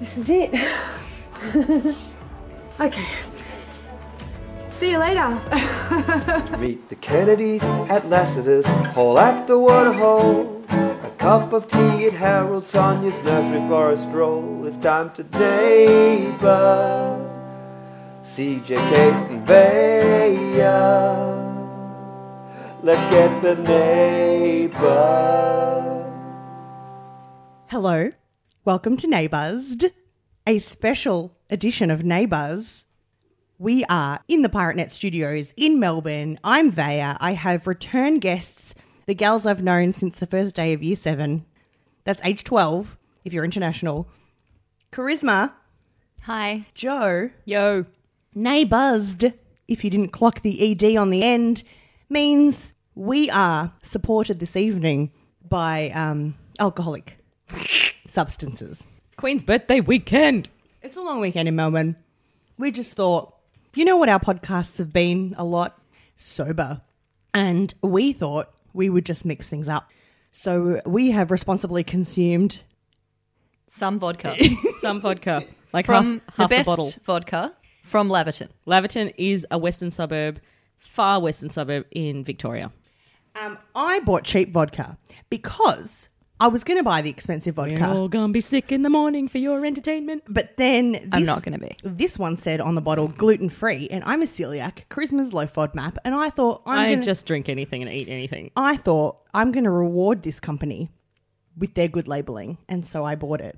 This is it. okay. See you later. Meet the Kennedys at Lassiter's, Hall at the Waterhole. A cup of tea at Harold Sonia's nursery for a stroll. It's time to neighbors. CJ, Kate, and Bea. Let's get the neighbors. Hello, welcome to Neighbours, a special edition of Neighbours. We are in the Pirate Net studios in Melbourne. I'm Vaya. I have return guests, the gals I've known since the first day of year seven. That's age 12 if you're international. Charisma, Hi. Joe, Yo. Neighboursed, if you didn't clock the ED on the end, means we are supported this evening by um, alcoholic substances. Queen's birthday weekend. It's a long weekend in Melbourne. We just thought, you know what our podcasts have been a lot? Sober. And we thought we would just mix things up. So we have responsibly consumed Some vodka. some vodka, like from half, the half best a bottle. vodka from Laverton. Laverton is a western suburb, far western suburb in Victoria. um, I bought cheap vodka because I was going to buy the expensive vodka. You're all gonna be sick in the morning for your entertainment. But then this, I'm not gonna be. This one said on the bottle gluten free, and I'm a celiac. Charisma's low FODMAP, and I thought I'm i gonna, just drink anything and eat anything. I thought I'm going to reward this company with their good labeling, and so I bought it.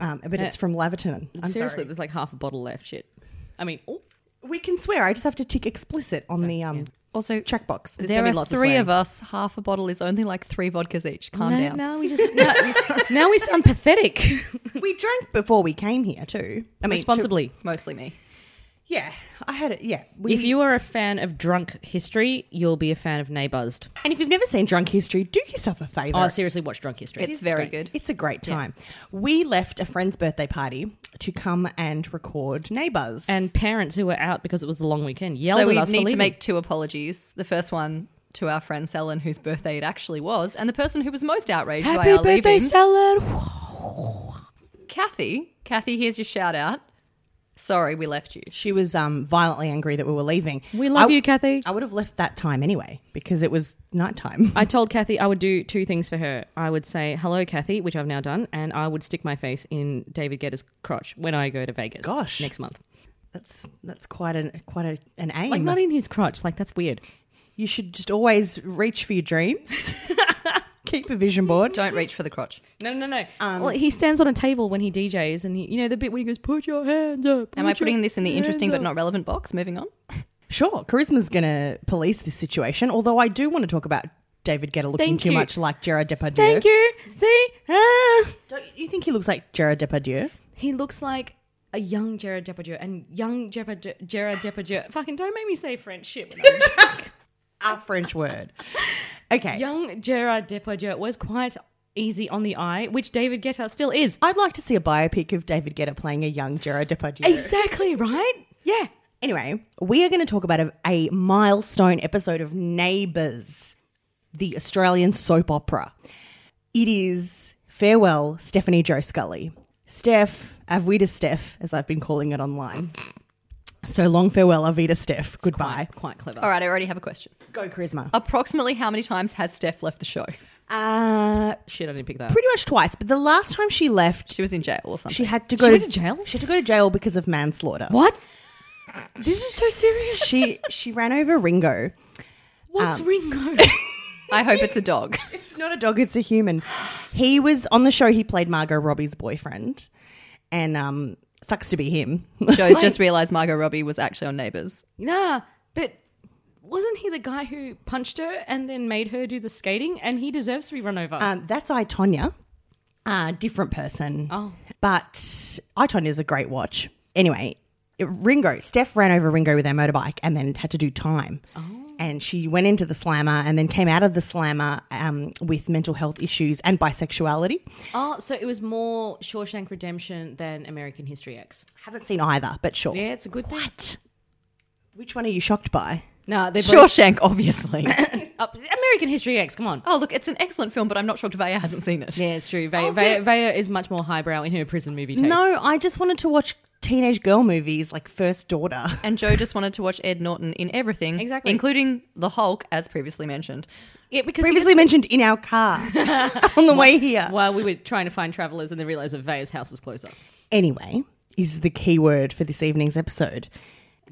Um, but it's from Laverton. I'm Seriously, sorry. there's like half a bottle left. Shit. I mean, oh, We can swear. I just have to tick explicit on the um, Also, checkbox. there gonna are be lots of three swearing. of us. Half a bottle is only like three vodkas each. Calm no, down. now we just now, now we sound pathetic. we drank before we came here too. I mean, to- Responsibly. Mostly me. yeah, I had it. Yeah, we, if you are a fan of drunk history, you'll be a fan of Neighbours. and if you've never seen Drunk History, do yourself a favor. Oh, seriously, watch Drunk History. It's very good. It's a great time. We left a friend's birthday party to come and record Neighbours. And parents who were out because it was a long weekend yelled so we at us for need to leaving. make two apologies. The first one to our friend Selen, whose birthday it actually was, and the person who was most outraged by Happy our birthday, leaving, Salad. Kathy. Kathy, here's your shout out. Sorry, we left you. she was um, violently angry that we were leaving. We love I- you, Kathy. I would have left that time anyway because it was nighttime. I told Kathy I would do two things for her. I would say hello, Kathy, which I've now done, and I would stick my face in David Guetta's crotch when I go to Vegas. Gosh. next month. That's that's quite an quite a, an aim. Like not in his crotch. Like that's weird. you should just always reach for your dreams. Keep a vision board. Don't reach for the crotch. No, no, no. well, he stands on a table when he DJs, and he, you know the bit when he goes, "Put your hands up." Am put I your putting this in the hands interesting but up." not relevant box? Moving on. Sure, charisma's going to police this situation. Although I do want to talk about David Guetta looking Thank too you. much like Gerard Depardieu. Thank you. See, Ah. Don't you think he looks like Gerard Depardieu? he looks like a young Jared Depardieu, and young Jeopard- Jared Depardieu. Fucking don't make me say French shit. When I'm A French word. Okay. young Gerard Depardieu was quite easy on the eye, which David Guetta still is. I'd like to see a biopic of David Guetta playing a young Gerard Depardieu. Exactly right. Yeah. Anyway, we are going to talk about a, a milestone episode of Neighbours, the Australian soap opera. It is Farewell, Stephanie Joe Scully. Steph, Avita Steph, as I've been calling it online. So long farewell, Avita Steph. Goodbye. Quite clever. All right, I already have a question. Go charisma. Approximately how many times has Steph left the show? Uh, Shit, I didn't pick that. pretty much twice, but the last time she left, She was in jail or something. she had to go She went to jail? She had to go to jail because of manslaughter. what? This is so serious. She she ran over Ringo. What's Ringo? I hope it's a dog. It's not a dog, it's a human. He was on the show, he played Margot Robbie's boyfriend. And um sucks to be him. Joe's just realised Margot Robbie was actually on Neighbours. nah, but wasn't he the guy who punched her and then made her do the skating? And he deserves to be run over. um, that's I Tonya. Uh, different person. Oh. But I Tonya's a great watch. Anyway, Ringo, Steph ran over Ringo with their motorbike and then had to do time. Oh. And she went into the slammer and then came out of the slammer um, with mental health issues and bisexuality. oh, so it was more Shawshank Redemption than American History X. Haven't seen either, but sure. Yeah, it's a good thing. What? Which one are you shocked by? Nah, they're both. Shawshank, obviously. up. American History X, come on. Oh, look, it's an excellent film, but I'm not shocked Vaya hasn't seen it. Yeah, it's true. Vaya, Vaya, Vaya is much more highbrow in her prison movie taste. No, I just wanted to watch teenage girl movies like First Daughter. And Joe just wanted to watch Ed Norton in everything, Exactly. including the Hulk, as previously mentioned. yeah, because he Previously gets- mentioned in our car on the way here. while we were trying to find travelers, and then realized that Vaya's house was closer. Anyway, is the key word for this evening's episode.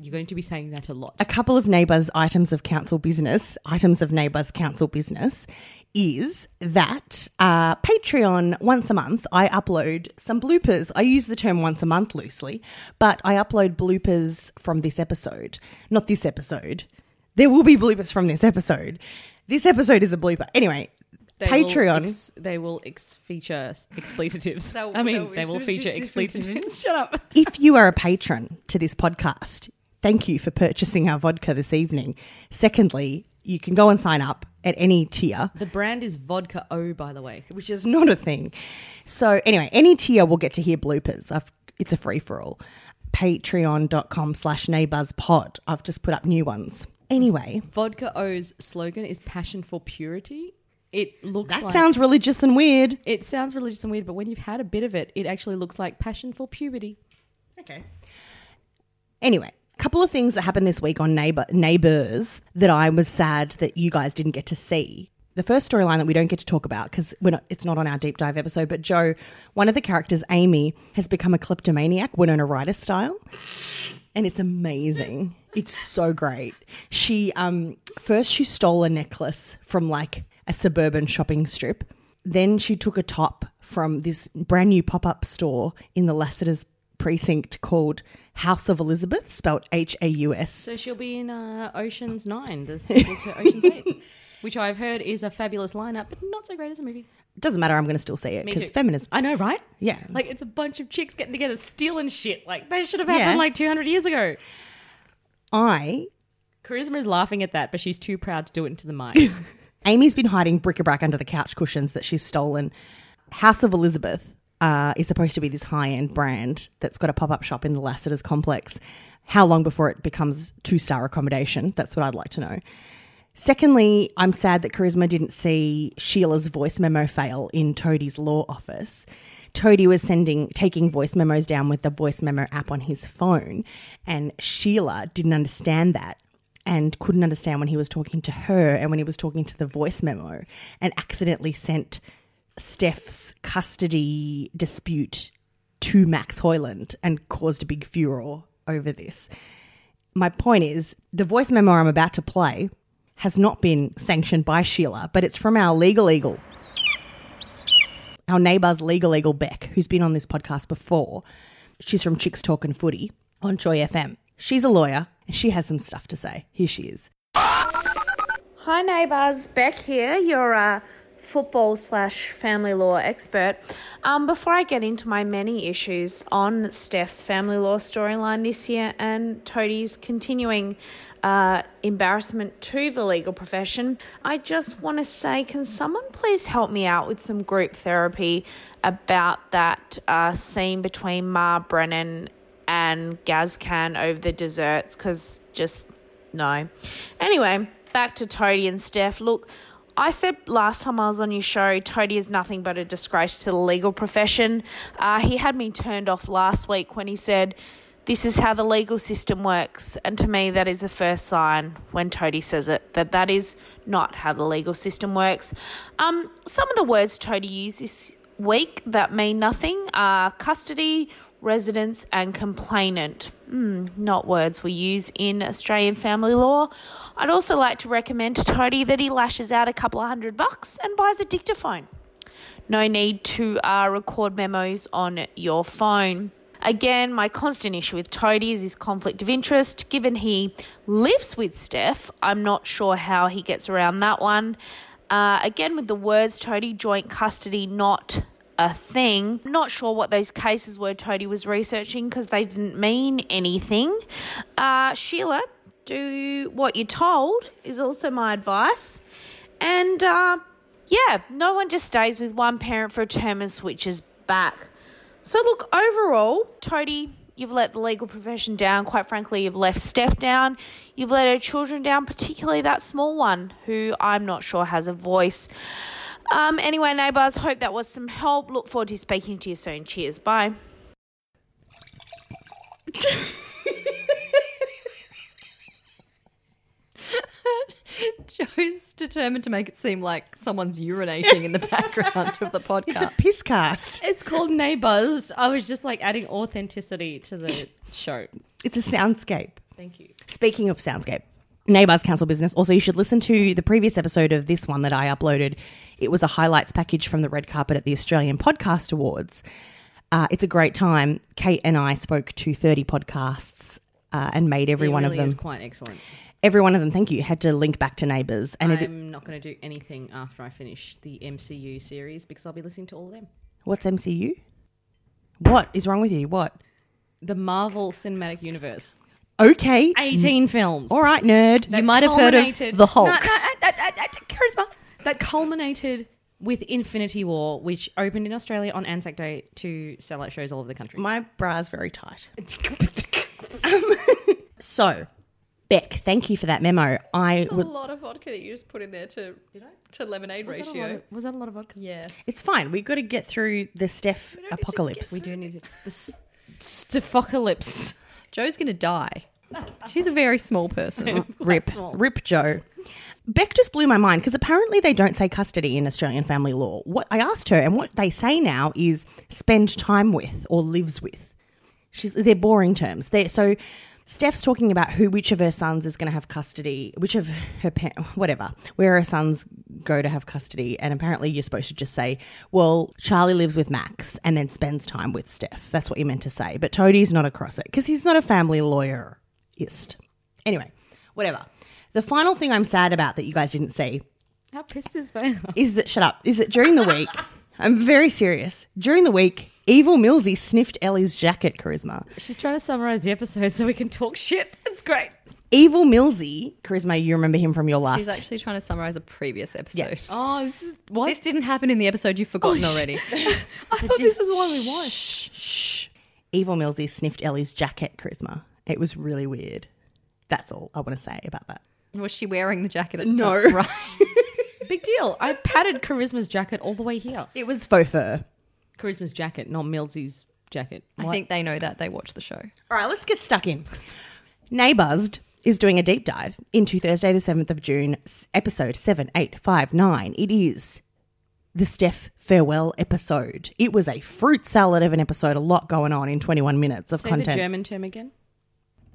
You're going to be saying that a lot. a couple of neighbours' items of council business, items of neighbours' council business, is that uh, Patreon once a month I upload some bloopers. I use the term once a month loosely, but I upload bloopers from this episode. Not this episode. There will be bloopers from this episode. This episode is a blooper. Anyway, will Patreon. ex- they will ex- feature s- expletives. They'll- I mean, they'll- they will just- feature just- just expletives. Shut up. if you are a patron to this podcast, thank you for purchasing our vodka this evening. Secondly, you can go and sign up at any tier. The brand is Vodka O, by the way. which is not a thing. So anyway, any tier will get to hear bloopers. I've, it's a free for all. Patreon.com slash neighborspod. I've just put up new ones. Anyway, Vodka O's slogan is passion for purity. It looks that like- sounds religious and weird. It sounds religious and weird, but when you've had a bit of it, it actually looks like passion for puberty. Okay. Anyway, a couple of things that happened this week on neighbor neighbors that I was sad that you guys didn't get to see. The first storyline that we don't get to talk about because we're not, it's not on our deep dive episode, but Joe, one of the characters, Amy, has become a kleptomaniac, Winona Ryder style, and it's amazing. it's so great. She um first she stole a necklace from like a suburban shopping strip, then she took a top from this brand new pop up store in the Lassiter's precinct called House of Elizabeth, spelled H A U S. So she'll be in uh, Ocean's Nine, the sequel to Ocean's Eight, which I've heard is a fabulous lineup, but not so great as a movie. Doesn't matter. I'm going to still see it Me because too. feminism. I know, right? Yeah. Like it's a bunch of chicks getting together stealing shit. Like they should have happened Yeah. like 200 years ago. I Charisma is laughing at that, but she's too proud to do it into the mic. Amy's been hiding bric-a-brac under the couch cushions that she's stolen. House of Elizabeth uh, is supposed to be this high-end brand that's got a pop-up shop in the Lassiter's complex. How long before it becomes two-star accommodation? That's what I'd like to know. Secondly, I'm sad that Charisma didn't see Sheila's voice memo fail in Toadie's law office. Toadie was sending taking voice memos down with the voice memo app on his phone, and Sheila didn't understand that and couldn't understand when he was talking to her and when he was talking to the voice memo and accidentally sent Steph's custody dispute to Max Hoyland and caused a big furor over this. My point is the voice memo I'm about to play has not been sanctioned by Sheila, but it's from our legal eagle, our neighbour's legal eagle Beck, who's been on this podcast before. She's from Chicks Talk and Footy on Joy FM. She's a lawyer and she has some stuff to say. Here she is. Hi, neighbours. Beck here, your uh, football slash family law expert. Um, before I get into my many issues on Steph's family law storyline this year and Toadie's continuing uh, embarrassment to the legal profession, I just want to say can someone please help me out with some group therapy about that uh, scene between Ma Brennan and Gazcan over the desserts? Because just no. Anyway, back to Toadie and Steph. Look, I said last time I was on your show, Toadie is nothing but a disgrace to the legal profession. Uh, he had me turned off last week when he said, This is how the legal system works. And to me, that is the first sign when Toadie says it that that is not how the legal system works. Um, some of the words Toadie used this week that mean nothing are custody, residents and complainant. Mm, not words we use in Australian family law. I'd also like to recommend to Toadie that he lashes out a couple of hundred bucks and buys a dictaphone. No need to uh, record memos on your phone. Again, my constant issue with Toadie is his conflict of interest. Given he lives with Steph, I'm not sure how he gets around that one. Uh, again, with the words Toadie, joint custody not a thing. Not sure what those cases were Toadie was researching because they didn't mean anything. Uh, Sheila, do what you're told is also my advice. And uh, yeah, no one just stays with one parent for a term and switches back. So look, overall, Toadie, You've let the legal profession down. Quite frankly, you've left Steph down. You've let her children down, particularly that small one, who I'm not sure has a voice. Um, anyway, neighbours, hope that was some help. Look forward to speaking to you soon. Cheers. Bye. Joe's determined to make it seem like someone's urinating in the background of the It's a podcast. piss cast. It's called Neighbours. I was just like adding authenticity to the show. It's a soundscape. Thank you. Speaking of soundscape, Neighbours Council Business. Also, you should listen to the previous episode of this one that I uploaded. It was a highlights package from the red carpet at the Australian Podcast Awards. Uh, it's a great time. Kate and I spoke to 30 podcasts uh, and made every it one really of is them. quite excellent. every one of them, thank you, had to link back to Neighbours. And it, I'm not going to do anything after I finish the MCU series because I'll be listening to all of them. what's MCU? What is wrong with you? What? The Marvel Cinematic Universe. Okay. 18 films. All right, nerd. You might have heard of culminated- The Hulk. No, no, I- I- I- I- charisma. That culminated with Infinity War, which opened in Australia on Anzac Day to sell out shows all over the country. My bra's very tight. Um, so, Beck, thank you for that memo. I That's would. a lot of vodka that you just put in there to to lemonade Was that a ratio. lot of- was that a lot of vodka? yeah. It's fine. We've got to get through the Steph apocalypse. We do need it. The s- Stephocalypse. Joe's gonna die. She's a very small person. Rip, rip Joe. Beck just blew my mind because apparently they don't say custody in Australian family law. What I asked her and what they say now is spend time with or lives with. She's they're boring terms. They so Steph's talking about who which of her sons is going to have custody, which of her pa- whatever, where her sons go to have custody, and apparently you're supposed to just say, "Well, Charlie lives with Max and then spends time with Steph." That's what you're meant to say. But Toadie's not across it because he's not a family lawyerist. Anyway, whatever. The final thing I'm sad about that you guys didn't see How pissed is Vale? is that shut up is that during the week i'm very serious during the week evil millsy sniffed ellie's jacket charisma She's trying to summarize the episode so we can talk shit. It's great. evil millsy charisma you remember him from your last She's actually trying to summarize a previous episode. Yeah. Oh, this is what? Oh, This didn't happen in the episode you've forgotten already. I thought this is what we watched. evil millsy sniffed ellie's jacket charisma it was really weird that's all i want to say about that Was she wearing the jacket? At the No. top? right. Big deal. I patted Charisma's jacket all the way here. it was faux fur Charisma's jacket, not Milsey's jacket. I think they know that they watch the show. All right, let's get stuck in. Neighbours is doing a deep dive into Thursday, the 7th of June, s- episode 7859. It is the Steph farewell episode. It was a fruit salad of an episode, a lot going on in 21 minutes of Say the content. German term again.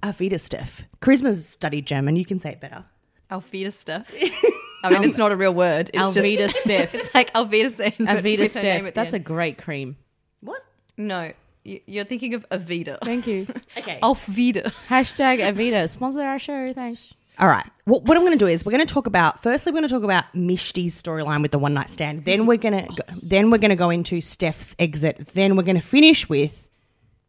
Auf Steph. Charisma's studied German. You can say it better. Alvita stuff. I mean, it's not a real word. It's Alveda just, Steph. It's like Alvita Steph. but Avita with her name Steph. at the That's a end. great cream. What? no. you- You're thinking of Avita. Thank you. Okay. Alvita. Hashtag Avita. Sponsor our show. Thanks. All right. What, what I'm going to do is we're going to talk about. Firstly, we're going to talk about Mishti's storyline with the one night stand. Then we're going to then we're going to go into Steph's exit. Then we're going to finish with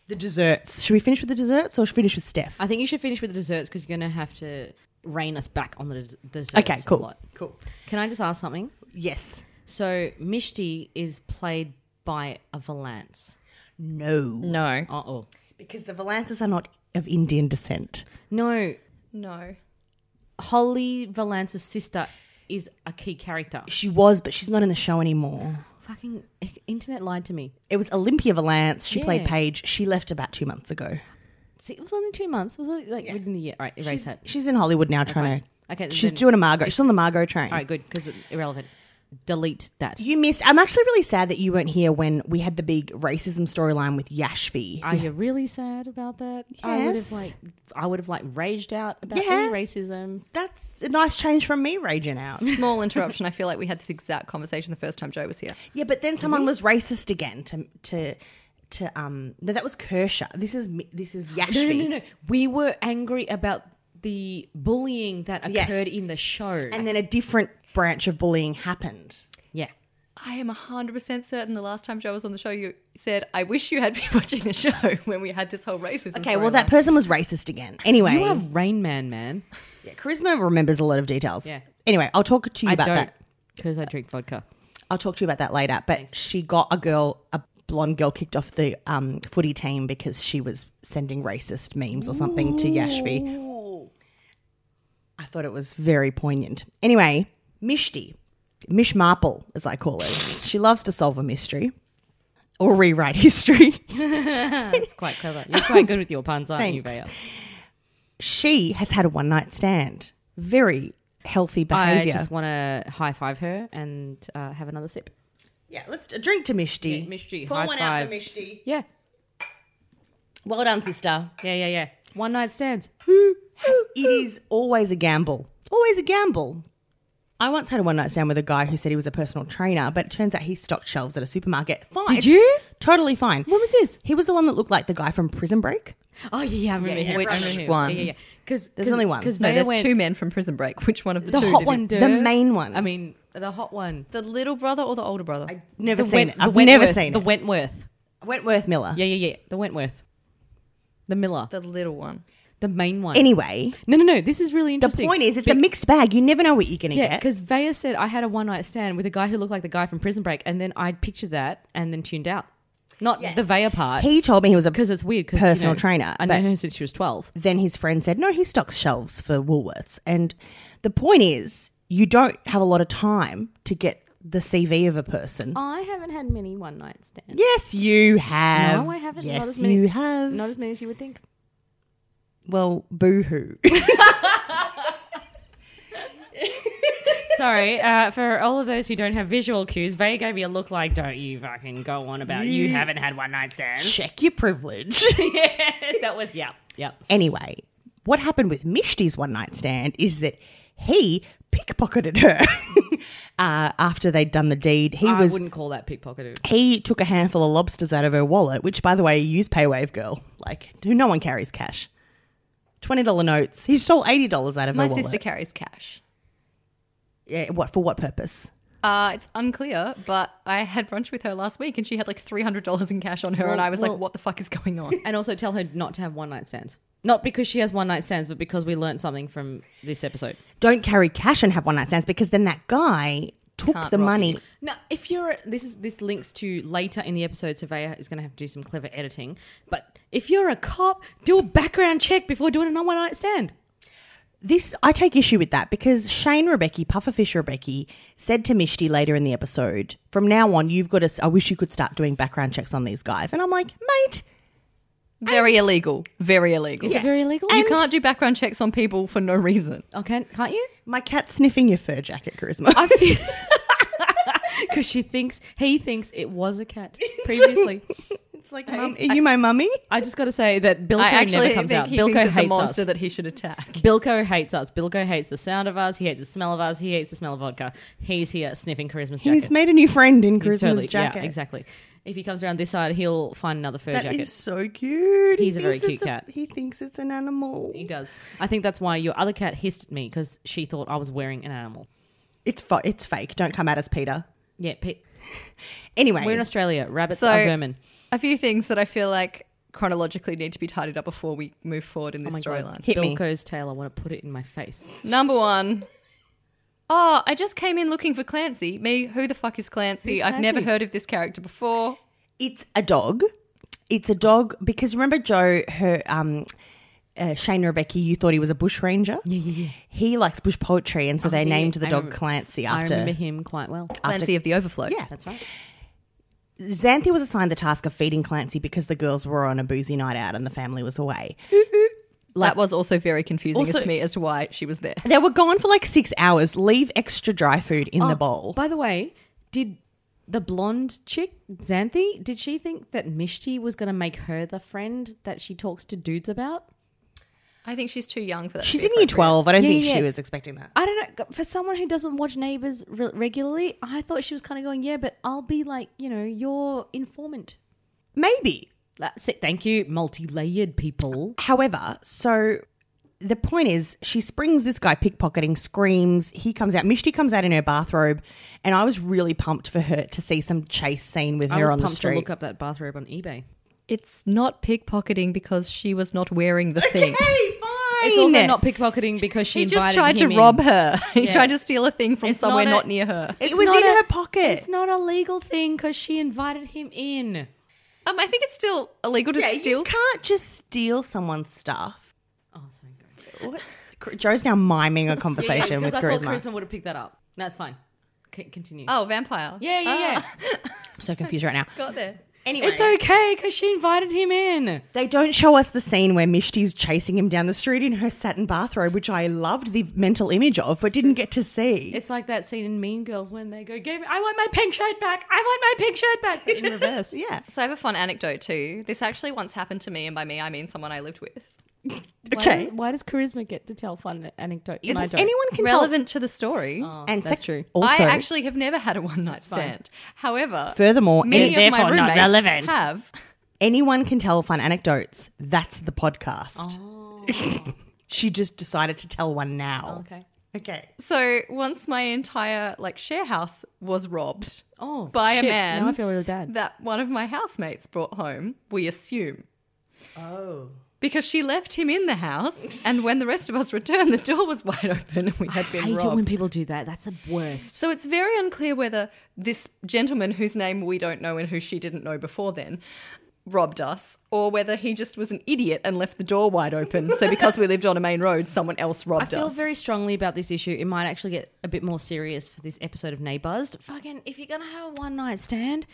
the desserts. Should we finish with the desserts or should we finish with Steph? I think you should finish with the desserts because you're going to have to rein us back on the des- desserts. Okay. a Cool. lot. Cool. Can I just ask something? Yes. So Mishti is played by a Valance. No. No. Uh oh. Because the Valances are not of Indian descent. No, No. Holly Valance's sister is a key character. She was, but she's not in the show anymore. Fucking eh, internet lied to me. It was Olympia Valance. She played Yeah. Paige. She left about two months ago. See, it was only two months. It was only like within the year. All right, erase She's, that. she's in Hollywood now, trying to. Okay, She's then- doing a Margot. She's on the Margot train. All right, good because it's irrelevant. Delete that. You missed. I'm actually really sad that you weren't here when we had the big racism storyline with Yashvi. Are you really sad about that? I would have Yes. like, I would have like raged out about Yeah. any racism. That's a nice change from me raging out. Small interruption. I feel like we had this exact conversation the first time Joe was here. yeah, but then someone Mm-hmm. was racist again to to to um. No, that was Kershaw. This is mi- this is Yashvi. No, no, no, no. We were angry about the bullying that occurred Yes. in the show. And then a different branch of bullying happened. yeah, I am 100% certain the last time Joe was on the show, you said, I wish you had been watching the show when we had this whole racism. Okay, well storyline." that person was racist again. Anyway, you are Rain Man, man. Yeah, charisma remembers a lot of details. Yeah. Anyway, I'll talk to you I about don't that. because I drink vodka. I'll talk to you about that later. But she got a girl a blonde girl kicked off the um, footy team because she was sending racist memes or something to Yashvi. I thought it was very poignant. Anyway, Mishti, Mish Marple, as I call her, she loves to solve a mystery or rewrite history. It's quite clever. You're quite good with your puns, aren't you, Thanks. Bea? She has had a one night stand. Very healthy I behavior. just want to high five her and uh, have another sip. yeah, let's a drink to Mishti. Mishti, Pour high one out five. for Mishti. Yeah, Well done, sister. yeah, yeah, yeah. One night stands. It is always a gamble. Always a gamble. I once had a one night stand with a guy who said he was a personal trainer, but it turns out he stocked shelves at a supermarket. Fine. Did you? Totally fine. When was this? He was the one that looked like the guy from Prison Break. Oh yeah, yeah, I remember him. Which I remember him. one? Yeah, yeah. Because There's only one. Because No, Veda there's went two men from Prison Break. Which one of the, the two? hot did one, it- dude. The main one. I mean, the hot one. The little brother or the older brother? never the seen Wen- it. the I've Wentworth, never seen the it. Wentworth. Wentworth Miller. Yeah, yeah, yeah. The Wentworth. The Miller. The, the little one. main one. Anyway, no, no, no. This is really the interesting. point is it's a mixed bag. You never know what you're going to Yeah, get. because Vaya said I had a one night stand with a guy who looked like the guy from Prison Break, and then I pictured that and then tuned out. Not the Vaya part. He told me he was a because it's weird. 'cause, you personal know, trainer, I but- know her since she was twelve. then his friend said, No, he stocks shelves for Woolworths. And the point is, you don't have a lot of time to get the CV of a person. I haven't had many one night stands. Yes, you have. No, I haven't. Yes, not as many, you have. Not as many as you would think. Well, boo hoo. Sorry, uh, for all of those who don't have visual cues, Vaya gave me a look like, don't you fucking go on about you haven't had one night stands. Check your privilege. that was, yeah, yeah. anyway, what happened with Mishti's one night stand is that he pickpocketed her uh, after they'd done the deed. He I was wouldn't call that pickpocketed. he took a handful of lobsters out of her wallet, which, by the way, use PayWave girl. Like, who no one carries cash. Twenty dollar notes. He stole eighty dollars out of My her sister wallet. carries cash. Yeah, what for? What purpose? Uh, it's unclear, but I had brunch with her last week and she had like $300 in cash on her, and I was well- like, what the fuck is going on? And also tell her not to have one night stands. Not because she has one night stands, but because we learned something from this episode. Don't carry cash and have one night stands because then that guy took the money. Now, if you're this is this links to later in the episode, Surveyor is going to have to do some clever editing. But if you're a cop, do a background check before doing a one night stand. This I take issue with that because Shane Rebecca, Pufferfish Rebecca, said to Mishti later in the episode, "From now on, you've got to. s- I wish you could start doing background checks on these guys." And I'm like, mate, Very illegal. Very illegal. Is it very illegal? You can't do background checks on people for no reason. Oh, can, can't you? my cat's sniffing your fur jacket, Charisma. I feel because she thinks he thinks it was a cat previously. it's like, mum, are you my mummy? I just got to say that Bilko I actually never comes think out. he Bilko thinks it's a hates monster us. that he should attack. Bilko hates us. Bilko hates the sound of us. He hates the smell of us. He hates the smell of vodka. He's here sniffing Charisma's jacket. He's made a new friend in He's Charisma's totally- jacket. Yeah, exactly. If he comes around this side, he'll find another fur That is jacket. so cute. He's a very thinks cute it's cat. he thinks it's an animal. He does. I think that's why your other cat hissed at me because she thought I was wearing an animal. It's fa- it's fake. Don't come at us, Peter. Yeah, Pete. Anyway, We're in Australia. Rabbits So- are vermin. A few things that I feel like chronologically need to be tidied up before we move forward Oh in this storyline. Hit me. Bilko's tail. I want to put it in my face. Number one. Oh, I just came in looking for Clancy. Me, who the fuck is Clancy? Who's I've never Clancy? heard of this character before. it's a dog. It's a dog because remember Joe, her um, uh, Shane Rebecca. You thought he was a bush ranger. Yeah, yeah, yeah. He likes bush poetry, and so they Oh, yeah, named the I dog remember- Clancy I remember after. him quite well. Clancy of the Overflow. Yeah. That's right. Xanthi was assigned the task of feeding Clancy because the girls were on a boozy night out and the family was away. that was also very confusing Also- as to me as to why she was there. They were gone for like six hours. Leave extra dry food in the Oh, bowl. By the way, did the blonde chick, Xanthi, did she think that Mishti was going to make her the friend that she talks to dudes about? I think she's too young for that. to She's be in year appropriate. 12. I don't Yeah, think yeah, she yeah. was expecting that. I don't know. For someone who doesn't watch Neighbours re- regularly, I thought she was kind of going, yeah, but I'll be like, you know, your informant. Maybe. That's it. Thank you, multi-layered people. However, so the point is, she springs this guy pickpocketing, screams. He comes out. Mishti comes out in her bathrobe, and I was really pumped for her to see some chase scene with I her was on the pumped to street. look up that bathrobe on eBay. It's not pickpocketing because she was not wearing the Okay, thing. fine. It's also not pickpocketing because she He invited just tried to him in. rob her. He Yeah. tried to steal a thing from It's somewhere not a- not near her. It's It was not in a- her pocket. It's not a legal thing because she invited him in. Um, I think it's still illegal to steal. You can't just steal someone's stuff. Oh, sorry. go. Cr- Joe's now miming a Yeah, yeah, conversation with because I Charisma. thought Charisma would have picked that up. No, it's fine. C- continue. Oh, vampire. Ah. Yeah, yeah, yeah. I'm so confused right now. Got there. Anyway, It's okay because she invited him in. they don't show us the scene where Mishti's chasing him down the street in her satin bathrobe, which I loved the mental image of, but didn't get to see. It's like that scene in Mean Girls when they go, "Give, me- I want my pink shirt back. I want my pink shirt back," but in reverse. yeah. So I have a fun anecdote too. This actually once happened to me, and by me I mean someone I lived with. Okay. Why does charisma get to tell fun anecdotes? And I It's- don't. anyone can Relevant to the story. tell. And Oh, that's sec- true. Also, I actually have never had a one night stand. However, furthermore, many any- of my roommates have. anyone can tell fun anecdotes. That's the podcast. she just decided to tell one now. Oh. okay. Okay. So once my entire like share house was robbed Oh, by shit. a man. Now I feel really bad. That one of my housemates brought home. We assume. Oh. Because she left him in the house, and when the rest of us returned, the door was wide open and we had been robbed. people do that. That's the worst. So it's very unclear whether this gentleman, whose name we don't know and who she didn't know before then, robbed us, or whether he just was an idiot and left the door wide open. so because we lived on a main road, someone else I robbed feel us. very strongly about this issue. It might actually get a bit more serious for this episode of Neighbours. Fucking, if you're gonna have a one night stand,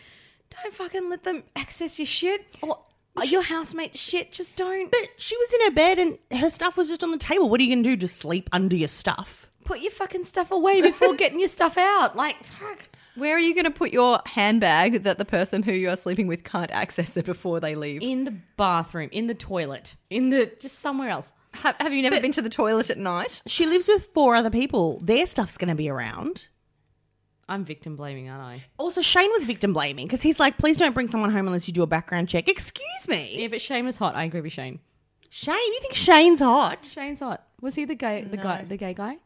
don't fucking let them access your shit or your housemate shit. Just don't But she was in her bed and her stuff was just on the table. What are you going to do? Just sleep under your stuff? put your fucking stuff away before getting your stuff out. Like, fuck. Where are you going to put your handbag that the person who you are sleeping with can't access it before they leave? In the bathroom, in the toilet, in the just somewhere else. Have, have you never been to the toilet at night? She lives with four other people. Their stuff's going to be around. I'm victim blaming, aren't I? Also, Shane was victim blaming because he's like, please don't bring someone home unless you do a background check. Excuse me. Yeah, but Shane was hot. I agree with Shane. Shane, you think Shane's hot? Shane's hot. Was he the gay, the guy, the gay guy?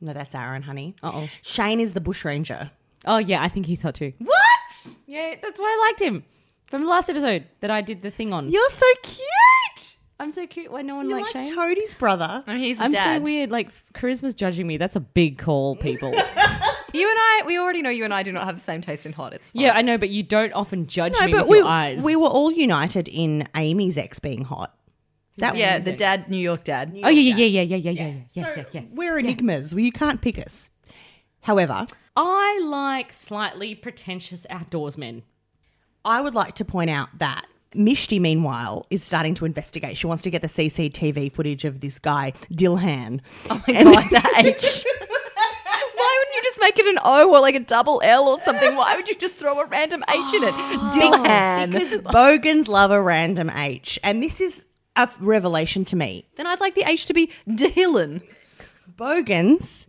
No, that's Aaron, honey. Uh-oh. Shane is the bushranger. Oh yeah, I think he's hot too. What? Yeah, that's why I liked him from the last episode that I did the thing on. You're so cute. I'm so cute. Why no one You're likes like, Shane? Toadie's brother. And Oh, he's a I'm dad. so weird. Like charisma's judging me. That's a big call, people. You and I, we already know you and I do not have the same taste in hot. It's fine. yeah, I know, but you don't often judge No, me but with we, your eyes. we were all united in Amy's ex being hot. That yeah, the dad, New York dad. oh yeah, yeah, yeah, yeah, yeah, yeah, yeah, yeah, yeah, yeah. yeah. We're enigmas. Well, you can't pick us. However, I like slightly pretentious outdoorsmen. I would like to point out that Mishti, meanwhile, is starting to investigate. She wants to get the CCTV footage of this guy, Dilhan. Oh my god, that H. Why wouldn't you just make it an O or like a double L or something? Why would you just throw a random H in it? Dylan. Because Bogans love a random H. And this is a f- revelation to me. Then I'd like the H to be Dylan. Bogans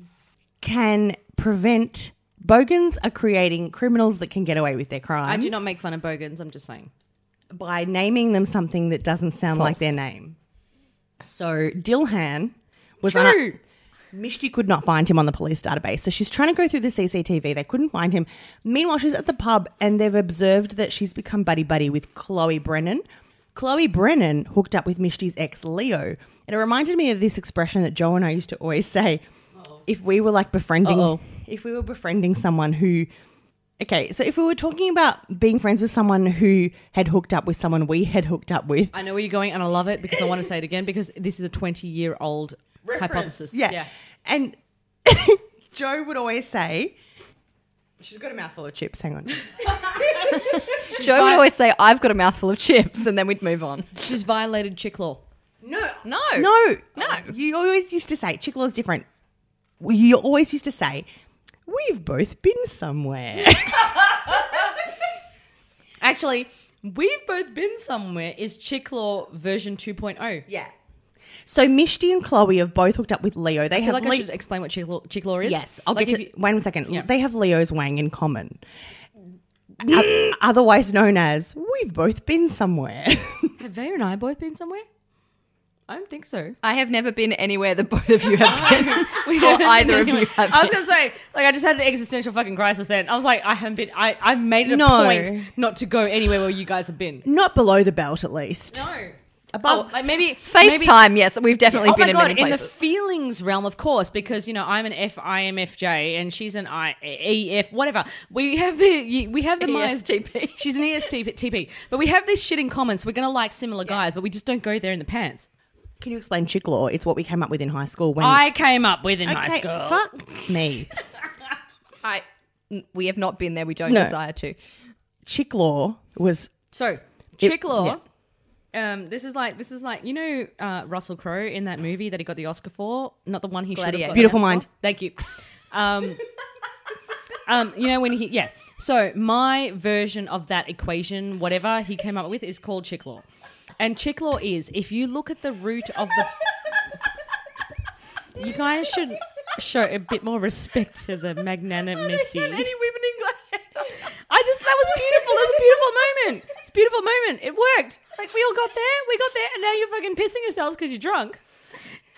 can prevent. Bogans are creating criminals that can get away with their crimes. I do not make fun of bogans. I'm just saying. by naming them something that doesn't sound like their name. So Dilhan was on. A, True. Mishti could not find him on the police database, so she's trying to go through the CCTV. They couldn't find him. Meanwhile, she's at the pub, and they've observed that she's become buddy buddy with Chloe Brennan. Chloe Brennan hooked up with Mishti's ex Leo, and it reminded me of this expression that Joe and I used to always say: if we were like befriending, Uh-oh. if we were befriending someone who Okay, so if we were talking about being friends with someone who had hooked up with someone we had hooked up with, I know where you're going, and I love it because I want to say it again because this is a 20 year old hypothesis. yeah, and Joe would always say, "She's got a mouthful of chips." Hang on, Joe would always say, I've got a mouthful of chips, and then we'd move on. She's violated chick law. no, No. no, No. You always used to say chick law's different. You always used to say, "We've both been somewhere." Actually, we've both been somewhere is chick law version oh? 2.0. yeah. So Mishti and Chloe have both hooked up with Leo. They I have feel like Le- I should explain what chick law, chick law is. Yes, I'll Like get to. if you- wait one second. Yeah. They have Leo's Wang in common, O- otherwise known as we've both been somewhere. have Vaya and I both been somewhere? I don't think so. I have never been anywhere that both of you have been. or either of you have I was been. gonna say, like, I just had an existential fucking crisis. Then I was like, I haven't been. I I made it a No. point not to go anywhere where you guys have been. Not below the belt, at least. No. Oh, above. Like maybe Oh, FaceTime, yes, we've Maybe, definitely oh been my in god! many in the places. feelings realm, of course, because you know I'm an F, I am FJ, and she's an I, EF, whatever. We have the we have the E Myers ESTP. She's an E ESTP, but we have this shit in common, so we're gonna like similar guys, but we just don't go there in the pants. Can you explain chick law? It's what we came up with in high school. When I came up with in okay, high school. fuck me. I, n- we have not been there. We don't No. desire to. Chick law was So chick law. Um, this is like this is like you know uh, Russell Crowe in that movie that he got the Oscar for, not the one he should have Gladiator. got the Beautiful Oscar Mind. for. Thank you. Um, um, you know when he yeah. So my version of that equation, whatever he came up with, is called chick law, and chick law is if you look at the root of the. you guys should show a bit more respect to the magnanimity. women in Gladiator. I just that was beautiful. That was a beautiful moment. It's a beautiful moment. It worked. Like we all got there. We got there, and now you're fucking pissing yourselves because you're drunk.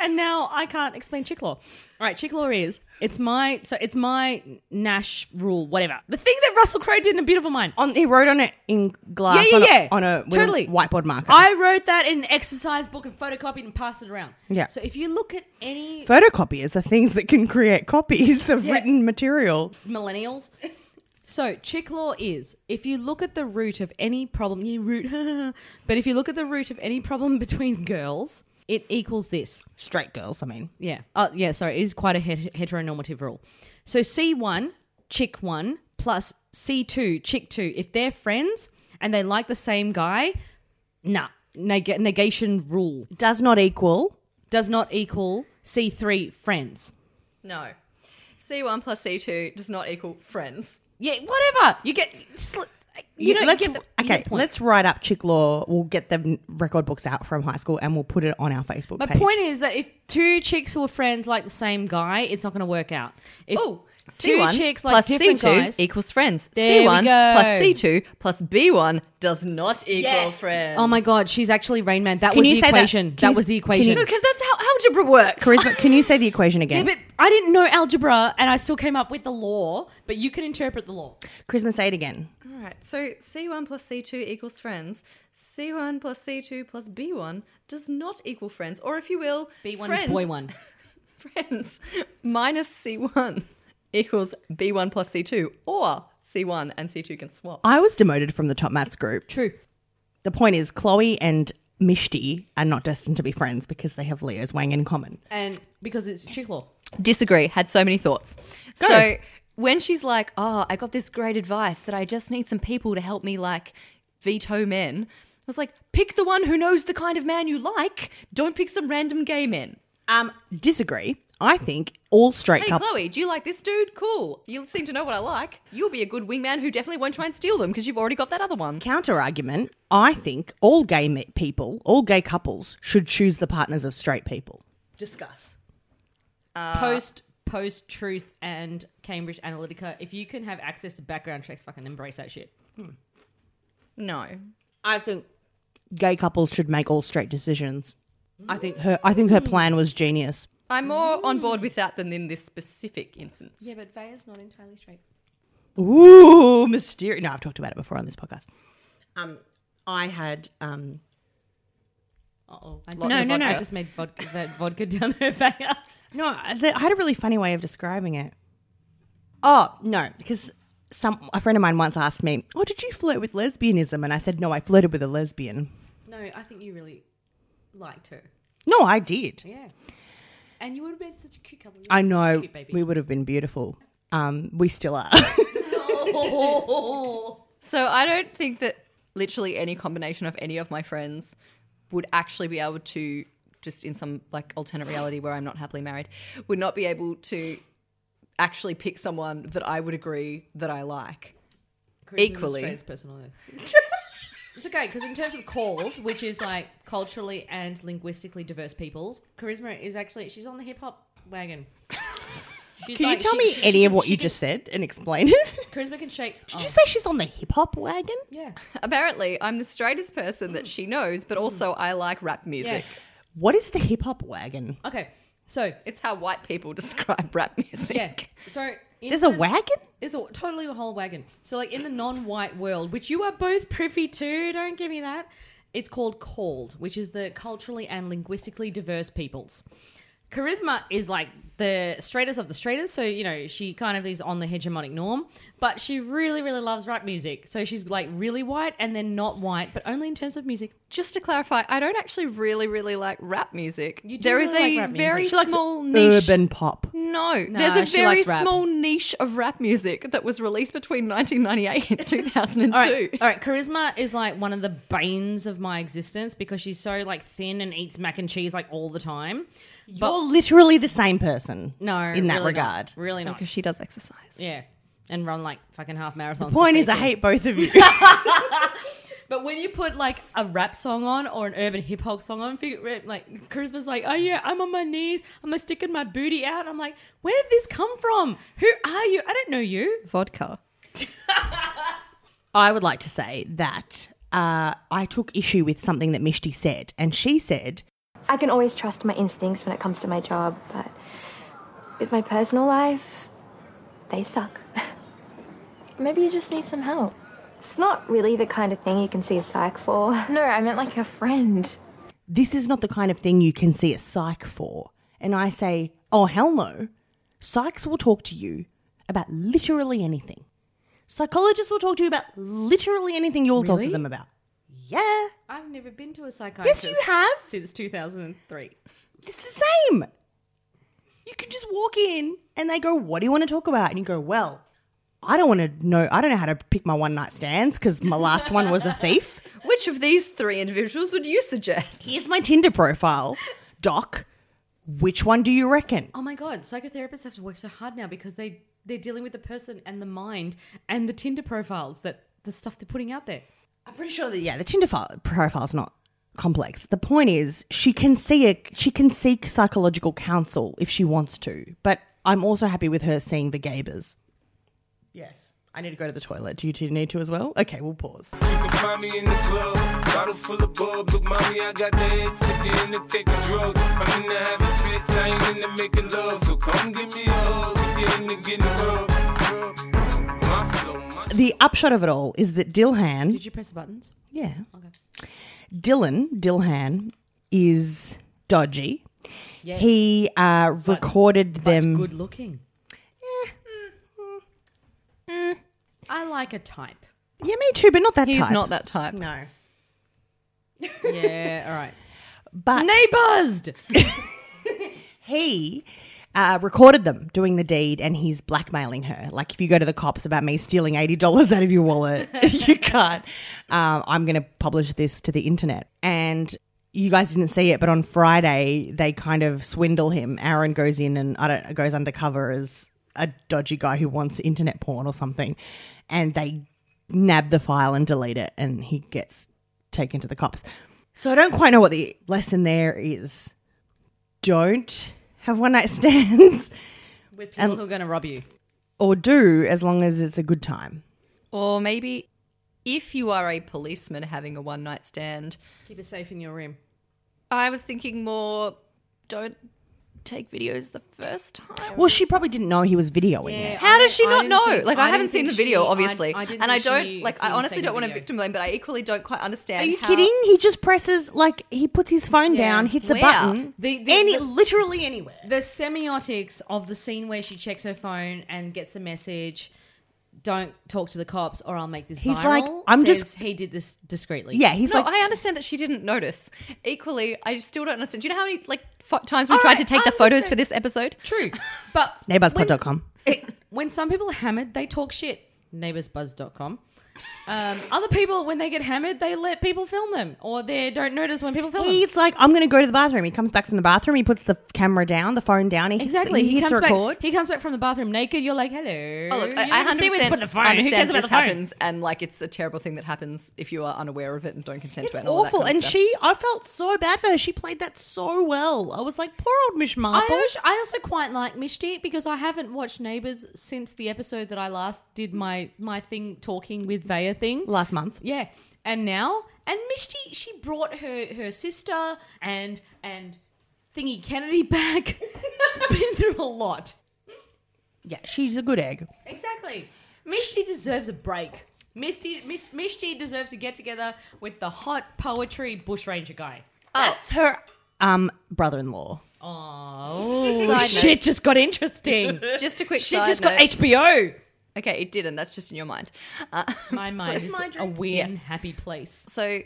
And now I can't explain chick law. All right, chick law is it's my so it's my Nash rule, whatever. The thing that Russell Crowe did in A Beautiful Mind. on. He wrote on it in glass. Yeah, yeah, on a- On a, yeah. with a Totally. whiteboard marker. I wrote that in an exercise book and photocopied and passed it around. Yeah. So if you look at any Photocopiers are things that can create copies of written material. millennials. So chick law is if you look at the root of any problem, you root. but if you look at the root of any problem between girls, it equals this. Straight girls, I mean. Yeah. Uh, yeah. Sorry, it is quite a het- heteronormative rule. So C one chick one plus C two chick two. If they're friends and they like the same guy, nah. Neg- negation rule Does not equal. does not equal C three friends. No. C1 plus C2 does not equal friends. Yeah. Whatever. You get. Sl- you know. let's, you get the- you get okay, the point. let's write up chick law. We'll get the record books out from high school and we'll put it on our Facebook My page. point is that if two chicks who are friends like the same guy, it's not going to work out. If Oh, two C1 chicks like plus different C2 guys, equals friends. There we C1 go. plus C2 plus B1 does not equal friends. oh my god, she's actually Rain Man. That Can was you the say that- equation. can That you- was the can equation. you- Because that's how algebra works. Charisma, can you say the equation again? but I didn't know algebra, and I still came up with the law. But you can interpret the law. Charisma, say it again. All right, so C1 plus C2 equals friends. C1 plus C2 plus B1 does not equal friends, or if you will, B one friends, is boy one. friends minus C1 equals B1 plus C2, or C1 and C2 can swap. I was demoted from the top maths group. True. The point is, Chloe and Mishti are not destined to be friends because they have Leo's Wang in common. And because it's chick law. disagree had so many thoughts so when she's like oh i got this great advice that i just need some people to help me like veto men i was like pick the one who knows the kind of man you like don't pick some random gay men Um, disagree. I think all straight hey couples. chloe do you like this dude cool you seem to know what i like you'll be a good wingman who definitely won't try and steal them because you've already got that other one Counter argument. I think all gay me- people, all gay couples, should choose the partners of straight people. Discuss. Uh, post post truth and Cambridge Analytica. If you can have access to background checks, fucking embrace that shit. no I think gay couples should make all straight decisions. I think her. I think her plan was genius. i'm more on board with that than in this specific instance Yeah, but Veya's not entirely straight. Ooh, mysterious. No, I've talked about it before on this podcast. Um, I had um, Uh oh. I Lots of no, no. I vodka. just made vodka, that vodka down her veya. No, I th- I had a really funny way of describing it. Oh no, because some a friend of mine once asked me, "Oh, did you flirt with lesbianism?" And I said, "No, I flirted with a lesbian." No, I think you really liked her. No, I did. Yeah. And you would have been such a cute couple. I know Cute baby. we would have been beautiful. Um, we still are. So I don't think that literally any combination of any of my friends would actually be able to just in some like alternate reality where I'm not happily married would not be able to actually pick someone that I would agree that I like. Equally. straightest person on earth. it's okay because in terms of called, which is like culturally and linguistically diverse peoples, charisma is actually she's on the hip hop wagon. She's Can like- you tell she- me she- any she of can- what she you can- just said and explain it? Charisma can shake. Did oh, you say she's on the hip hop wagon? yeah, Apparently, I'm the straightest person that she knows, but also I like rap yeah. music. What is the hip hop wagon? Okay, so It's how white people describe rap music. yeah, so in There's a the- wagon? It's a, totally a whole wagon. So, like in the non-white world, which you are both privy to, don't give me that. It's called CALLED, which is the Culturally and Linguistically Diverse Peoples. Charisma is like the straightest of the straightest, so you know she kind of is on the hegemonic norm, but she really, really loves rap music. So she's like really white and then not white, but only in terms of music. Just to clarify, I don't actually really, really like rap music. You do There is really like a rap music. very She likes small niche. Urban pop. No, Nah, there's a she very likes rap. small niche of rap music that was released between 1998 and 2002. All right, all right. Charisma is like one of the banes of my existence because she's so like thin and eats mac and cheese like all the time. You're literally the same person. No, in that really not. regard. really not. Because she does exercise. Yeah, and run like fucking half marathons. to Point is, see I them. hate both of you. But when you put like a rap song on or an urban hip hop song on, figure- like Charisma's like, oh yeah, I'm on my knees, I'm like sticking my booty out. I'm like, where did this come from? Who are you? I don't know you. Vodka. I would like to say that uh, I took issue with something that Mishti said, and she said, I can always trust my instincts when it comes to my job, but with my personal life, they suck. Maybe you just need some help. It's not really the kind of thing you can see a psych for. No, I meant like a friend. This is not the kind of thing you can see a psych for. And I say, Oh, hell no. Psychs will talk to you about literally anything. Psychologists will talk to you about literally anything you'll talk to Really? them about. Yeah, I've never been to a psychiatrist. Yes, you have. since 2003. it's the same. You can just walk in and they go, What do you want to talk about? And you go, Well, I don't want to know. I don't know how to pick my one night stands because my last one was a thief. Which of these three individuals would you suggest? Here's my Tinder profile. Doc, which one do you reckon? Oh my god, psychotherapists have to work so hard now because they they're dealing with the person and the mind and the Tinder profiles that the stuff they're putting out there. I'm pretty sure that yeah, the Tinder file, profile's not complex. The point is she can see a, she can seek psychological counsel if she wants to. But I'm also happy with her seeing the gabers. Yes. I need to go to the toilet. Do you two need to as well? Okay, we'll pause. You can find me in the club, bottle full of bug. Look, mommy, I got the head if you in the thick of drugs. I'm into having sex, I ain't into making love. So come give me a hug if you're into getting rough. My flow, my The upshot of it all is that Dilhan Did you press the buttons? Yeah. Dylan Dilhan is dodgy. Yes. He uh, recorded But them. good looking. Yeah. I like a type. Yeah, me too, but not that He's type. not that type. No, Yeah, all right. but Neighborsed. he uh, recorded them doing the deed, and he's blackmailing her. Like, if you go to the cops about me stealing eighty dollars out of your wallet, you can't. Um, I'm going to publish this to the internet. And you guys didn't see it, but on Friday they kind of swindle him. Aaron goes in and I don't goes undercover as a dodgy guy who wants internet porn or something, and they nab the file and delete it, and he gets taken to the cops. So I don't quite know what the lesson there is don't have one night stands With Um, people who are going to rob you. or do as long as it's a good time. Or maybe if you are a policeman having a one night stand, Keep it safe in your room. I was thinking more don't take videos the first time. Well, she probably didn't know he was videoing it. How does she I not didn't know? think- like I I, didn't haven't seen think the video, she- I- obviously, I didn't and I think don't she like. I was honestly taking don't want to video. victim blame, but I equally don't quite understand. Are you how- kidding? He just presses like he puts his phone Yeah. down, hits Where? a button, The- the- any the- literally anywhere. The semiotics of the scene where she checks her phone and gets a message. Don't talk to the cops, or I'll make this. He's viral," like, I'm says just- He did this discreetly. Yeah, he's no, like, I understand that she didn't notice. Equally, I still don't understand. Do you know how many like fo- times we tried right, to take I the photos understand. for this episode? True, but when- neighborspod.com. it, when some people are hammered, they talk shit. Neighborsbuzz.com. Um, other people, when they get hammered, they let people film them or they don't notice when people film them. He's like, I'm going to go to the bathroom. He comes back from the bathroom. He puts the camera down, the phone down. He hits, Exactly. He, He, hits comes record. back. He comes back from the bathroom naked. You're like, hello. Oh, look, You I, I didn't see where 100% he's putting the phone. Who understand cares about this the phone? happens, and like it's a terrible thing that happens if you are unaware of it and don't consent It's to it. And all that awful. kind of and stuff. she, I felt so bad for her. She played that so well. I was like, poor old Mish I Marple. also, I also quite like Mishti because I haven't watched Neighbours since the episode that I last did my my thing talking with Vaya thing. Last month. Yeah, and now and Mishti she brought her her sister and and Thingy Kennedy back. She's been through a lot. Yeah, she's a good egg. Exactly. Mishti deserves a break. Misty, Miss, Misty deserves to get together with the hot poetry bushranger guy. That's her um brother-in-law. Oh, Side note. shit just got interesting. Just a quick She side just note. got HBO. okay, it didn't. That's just in your mind. Uh, My mind so- is a weird, Yes. happy place. So,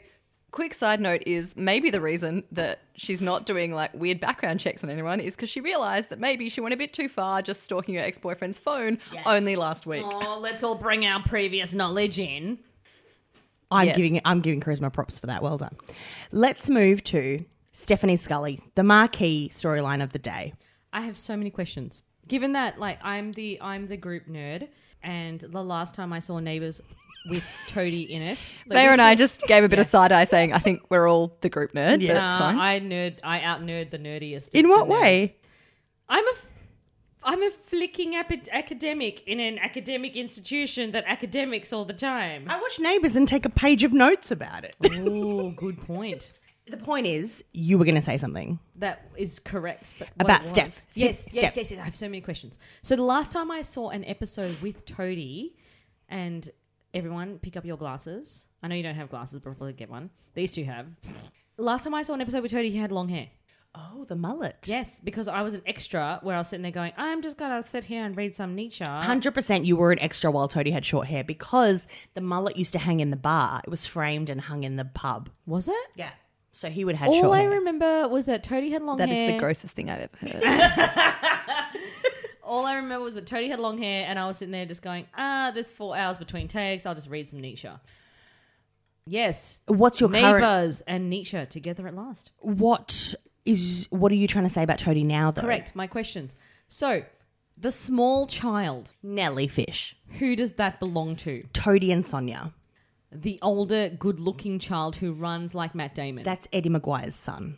quick side note is maybe the reason that she's not doing like weird background checks on anyone is because she realized that maybe she went a bit too far just stalking her ex boyfriend's phone only last week. Oh, let's all bring our previous knowledge in. I'm Yes. giving I'm giving charisma props for that. Well done. Let's move to Stephanie Scully, the marquee storyline of the day. I have so many questions. Given that, like, I'm the I'm the group nerd, and the last time I saw Neighbours with Toadie in it, like, Leia and I just gave a bit of side eye saying, I think we're all the group nerd. Yeah. uh, That's fine. I nerd, I out nerd the nerdiest. of In what the nerds. way? I'm a f- I'm a flicking ap- academic in an academic institution that academics all the time. I watch Neighbours and take a page of notes about it. Oh, good point. the point is, you were going to say something. That is correct. But About what it Steph. was- Yes, Steph. yes, yes, yes. I have so many questions. So the last time I saw an episode with Toadie, and everyone pick up your glasses. I know you don't have glasses, but probably get one. These two have. Last time I saw an episode with Toadie, he had long hair. Oh, the mullet. Yes, because I was an extra where I was sitting there going, I'm just going to sit here and read some Nietzsche. Hundred percent, you were an extra while Toadie had short hair because the mullet used to hang in the bar. It was framed and hung in the pub. Was it? Yeah, so he would have had All short I hair. remember was that Toadie had long That hair. is the grossest thing I've ever heard. All I remember was that Toadie had long hair, and I was sitting there just going, ah, there's four hours between takes. I'll just read some Nietzsche. Yes. What's your current? Neighbours and Nietzsche together at last. What is? What are you trying to say about Toadie now? Though, Correct. My questions. So, the small child, Nelly Fish, who does that belong to? Toadie and Sonia. The older, good looking child who runs like Matt Damon. That's Eddie Maguire's son.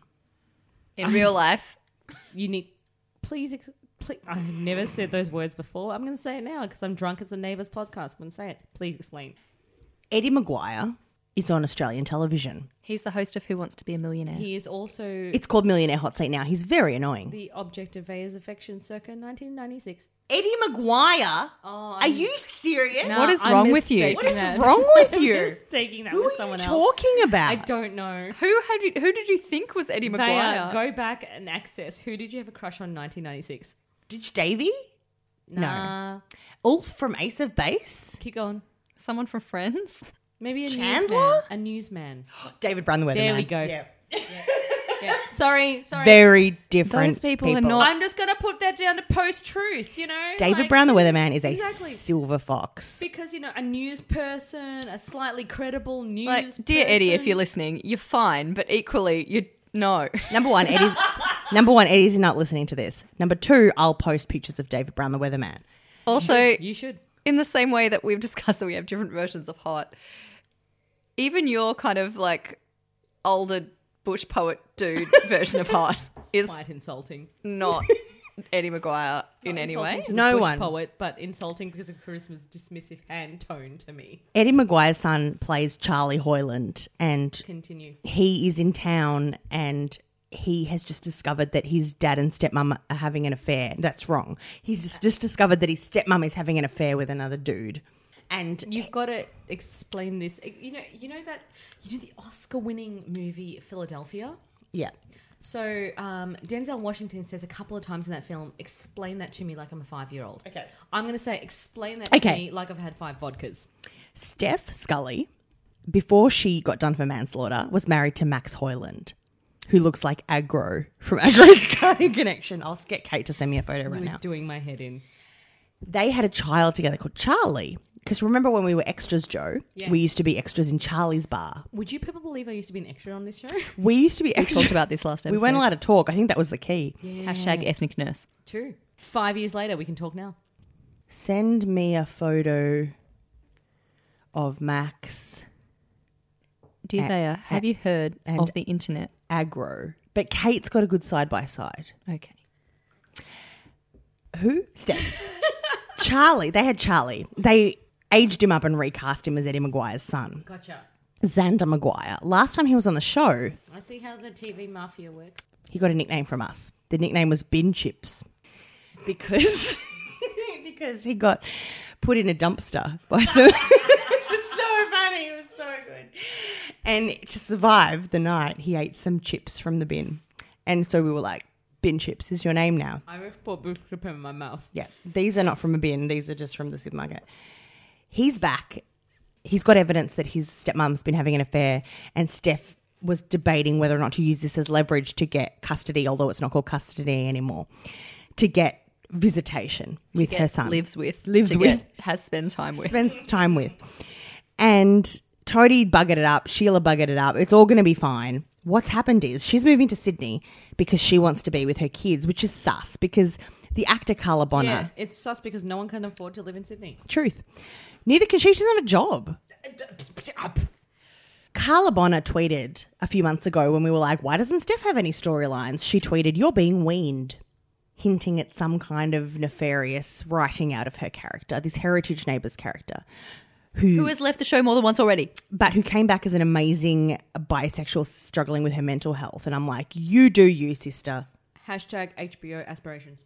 In real life, you need. Please, ex- please. I've never said those words before. I'm going to say it now because I'm drunk. It's a neighbours podcast. I'm going to say it. Please explain. Eddie Maguire is on Australian television. he's the host of Who Wants to Be a Millionaire. He is also It's called Millionaire Hot Seat now. He's very annoying. the object of Vaya's affection circa 1996. Eddie Maguire? are you serious? Oh, No, What is I'm wrong with you? mistaking What is that. wrong with I'm you? mistaking that Who with are you someone else. talking about? I don't know. Who had you, who did you think was Eddie Vaya, McGuire? uh, go back and access. Who did you have a crush on in 1996? Ditch Davy? No. Nah. Ulf from Ace of Base? Keep going. Someone from Friends? Maybe a Chandler? newsman. A newsman. David Brunn, the There weatherman. we go. Yeah. Sorry, sorry. Very different. Those people are people. not- I'm just gonna put that down to post truth, you know? David like- Brown, the weatherman, is a Exactly. silver fox. Because you know, a news person, a slightly credible news Like, dear Eddie, if person. you're listening, you're fine, but equally, you no. Number one, Eddie's. number one, Eddie's not listening to this. Number two, I'll post pictures of David Brown, the weatherman. Also, you should. in the same way that we've discussed that we have different versions of hot, even your kind of like older bush poet dude version of hot is Quite insulting. not Eddie McGuire in any way. Insulting to the No bush one. poet, but insulting because of Charisma's dismissive hand tone to me. Eddie Maguire's son plays Charlie Hoyland, and Continue. he is in town and he has just discovered that his dad and stepmom are having an affair. That's wrong. He's just, just discovered that his stepmom is having an affair with another dude. And You've got to explain this. E, You know, you know that you know the Oscar-winning movie Philadelphia. yeah. So um, Denzel Washington says a couple of times in that film, "Explain that to me like I'm a five-year-old." Okay. I'm going to say, "Explain that to Okay. me like I've had five vodkas." Steph Scully, before she got done for manslaughter, was married to Max Hoyland, who looks like Agro from Agro's Garden Connection. I'll get Kate to send me a photo right With now. doing my head in. they had a child together called Charlie. Because remember when we were extras, Joe? Yeah. We used to be extras in Charlie's bar. Would you people believe I used to be an extra on this show? We used to be We extras. talked about this last we episode. weren't allowed to talk. I think that was the key. Hashtag ethnic nurse. True. Five years later, we can talk now. Send me a photo of Max Dear A- Vaya, have you heard and- of the internet? Agro. But Kate's got a good side by side. Okay. Who? Steph. Charlie. They had Charlie. They aged him up and recast him as Eddie Maguire's son, Gotcha. Xander Maguire. Last time he was on the show, I see how the TV mafia works. he got a nickname from us. The nickname was Bin Chips because because he got put in a dumpster by some. it was so And to survive the night, he ate some chips from the bin. And so we were like, Bin Chips is your name now. I have put Boostrap in my mouth. Yeah, these are not from a bin. These are just from the supermarket. He's back. He's got evidence that his stepmom's been having an affair, and Steph was debating whether or not to use this as leverage to get custody, although it's not called custody anymore, to get visitation with her son. Lives with. Lives to with. get- has spent time with. spends time with. And Toadie buggered it up. Sheila buggered it up. It's all going to be fine. What's happened is she's moving to Sydney because she wants to be with her kids, which is sus because the actor Carla Bonner. Yeah, it's sus because no one can afford to live in Sydney. Truth. Neither can she. She doesn't have a job. uh, Carla Bonner tweeted a few months ago when we were like, why doesn't Steph have any storylines? She tweeted, You're being weaned, hinting at some kind of nefarious writing out of her character, this heritage neighbor's character. Who has left the show more than once already? but who came back as an amazing bisexual struggling with her mental health. And I'm like, you do you, sister. Hashtag HBO aspirations.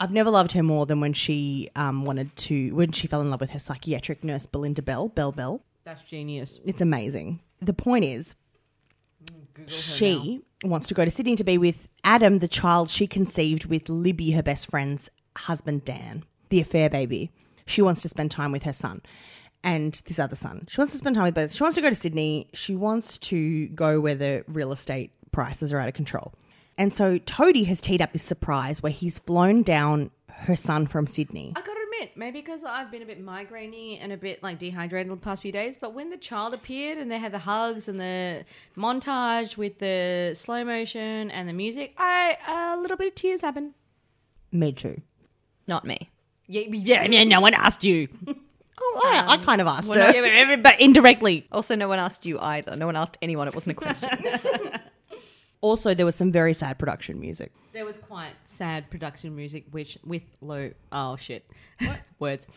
I've never loved her more than when she um, wanted to, when she fell in love with her psychiatric nurse, Belinda Bell, Bell Bell. That's genius. It's amazing. The point is, she wants to go to Sydney to be with Adam, the child she conceived with Libby, her best friend's husband, Dan, the affair baby. She wants to spend time with her son and this other son. She wants to spend time with both. She wants to go to Sydney. She wants to go where the real estate prices are out of control. And so Toadie has teed up this surprise where he's flown down her son from Sydney. I gotta admit, maybe because I've been a bit migrainey and a bit like dehydrated the past few days, but when the child appeared and they had the hugs and the montage with the slow motion and the music, I a little bit of tears happened. Me too. Not me. Yeah, yeah, yeah no one asked you. Oh, I, I kind of asked yeah, her. but every- but indirectly. Also, no one asked you either. No one asked anyone. It wasn't a question. Also, there was some very sad production music. There was quite sad production music, which with low oh shit words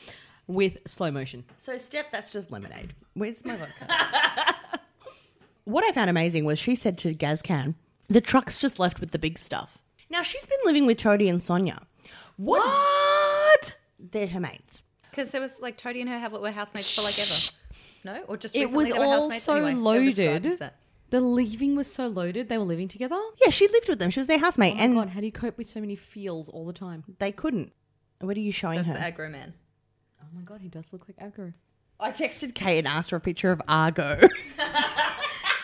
with slow motion. So, Steph, that's just lemonade. Where's my vodka? what I found amazing was she said to Gazcan, the truck's just left with the big stuff. Now, she's been living with Toadie and Sonia. What? They're her mates. Because there was like Toadie and her have were housemates for like ever. No, or just It recently was they were all housemates? so Anyway, they were described loaded. as that. The leaving was so loaded. They were living together. Yeah, she lived with them. She was their housemate, Oh my and god, how do you cope with so many feels all the time? they couldn't. What are you showing That's the her? aggro man. Oh my god, he does look like aggro. I texted Kate and asked for a picture of Argo.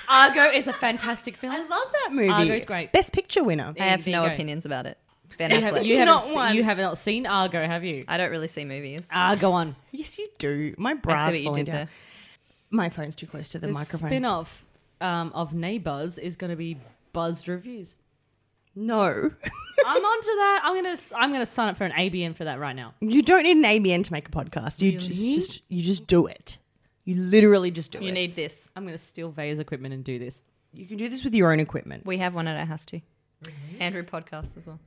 Argo is a fantastic film. I love that movie. Argo's great. Best picture winner. I have you no go. opinions about it. Ben You, have, Affleck. you, Not haven't se- one. you have not seen Argo, have you? I don't really see movies. Argo on Yes, you do. My I bra's see what you falling did down. there. My phone's too close to the, the microphone. spin-off um, of Neighbours is going to be buzzed reviews. No, I'm onto that. I'm gonna I'm gonna sign up for an ABN for that right now. You don't need an ABN to make a podcast. You just, just- you just do it. You literally just do it. You need this. I'm gonna steal Vaya's equipment and do this. You can do this with your own equipment. We have one at our house too. Andrew podcast as well.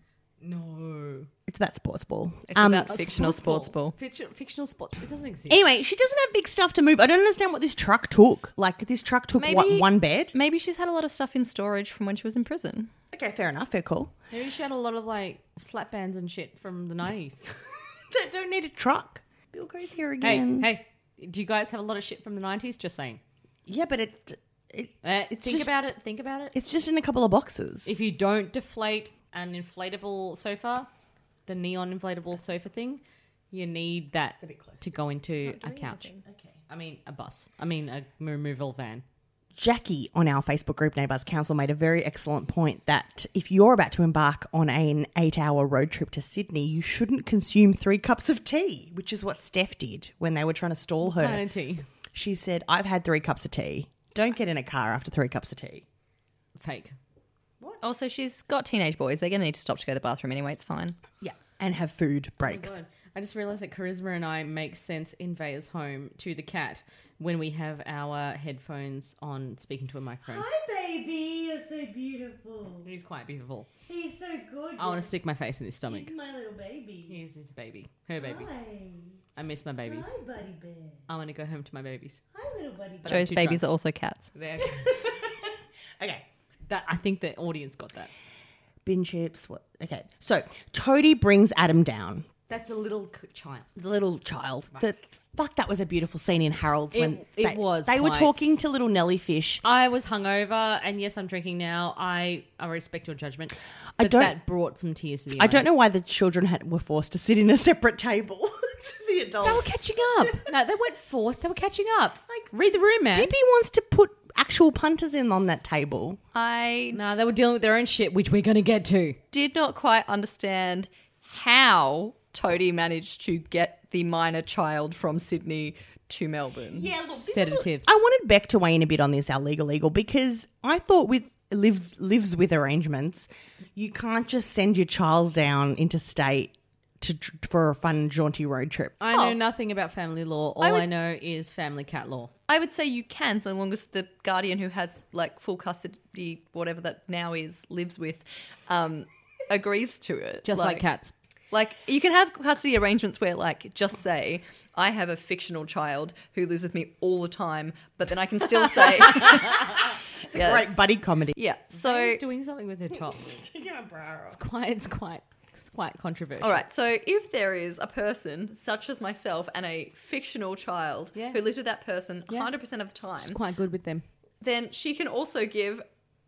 No, It's about sports ball. It's Um, about fictional sports ball. Fiction, fictional spot. It doesn't exist. anyway, she doesn't have big stuff to move. I don't understand what this truck took. Like this truck took Maybe- what one bed. Maybe she's had a lot of stuff in storage from when she was in prison. Okay, fair enough. Fair call. Maybe she had a lot of like slap bands and shit from the nineties. They don't need a truck. Bill goes here hey, again. hey, do you guys have a lot of shit from the nineties? Just saying. Yeah, but it, it Uh, think It's just- about it. Think about it. it's just in a couple of boxes. If you don't deflate an inflatable sofa, the neon inflatable sofa thing, you need that to go into a couch. Okay. I mean, a bus. I mean, a removal van. Jackie on our Facebook group, Neighbours Council, made a very excellent point that if you're about to embark on an eight hour road trip to Sydney, you shouldn't consume three cups of tea, which is what Steph did when they were trying to stall her. Vanity. She said, I've had three cups of tea. Don't get in a car after three cups of tea. Fake. Also, she's got teenage boys. They're going to need to stop to go to the bathroom anyway. It's fine. Yeah. And have food breaks. Oh God. I just realized that Charisma and I make sense in Vaya's home to the cat when we have our headphones on speaking to a microphone. baby. You're so beautiful. He's quite beautiful. He's so good. I want to stick my face in his stomach. my little baby. He's his baby. Her baby. Hi. I miss my babies. buddy bear. I want to go home to my babies. Hi, little buddy bear. But I'm Joe's too babies drunk. are also cats. There. Okay. that I think the audience got that. bin chips. What? Okay. So Toadie brings Adam down That's a little c- child. little child. The, fuck, that was a beautiful scene in Harold's when It- it they, was They were quite- talking to little Nelly Fish. I was hungover, and yes, I'm drinking now. I, I respect your judgment. But don't- that brought some tears to the I don't know why the children had, were forced to sit in a separate table to the adults. They were catching up. no, they weren't forced. They were catching up. Like, read the room, man. Dippy wants to put actual punters in on that table. I No, they were dealing with their own shit, which we're going to get to. did not quite understand how Toadie managed to get the minor child from Sydney to Melbourne. Yeah, look, this is what- Sedatives. I wanted Beck to weigh in a bit on this, our legal legal, because I thought with lives lives with arrangements, you can't just send your child down interstate to tr- for a fun jaunty road trip. I know nothing about family law. All Oh. I, know is family cat law. I would say you can, so long as the guardian who has like full custody, whatever that now is, lives with, um, agrees to it. Just like, cats. Like you can have custody arrangements where, like, just say I have a fictional child who lives with me all the time, but then I can still say, Yes. Great buddy comedy. yeah. So She's doing something with her top. it's quite, it's quite, it's quite controversial. All right. So if there is a person such as myself and a fictional child Yeah. who lives with that person Yeah. 100% of the time, She's quite good with them. then she can also give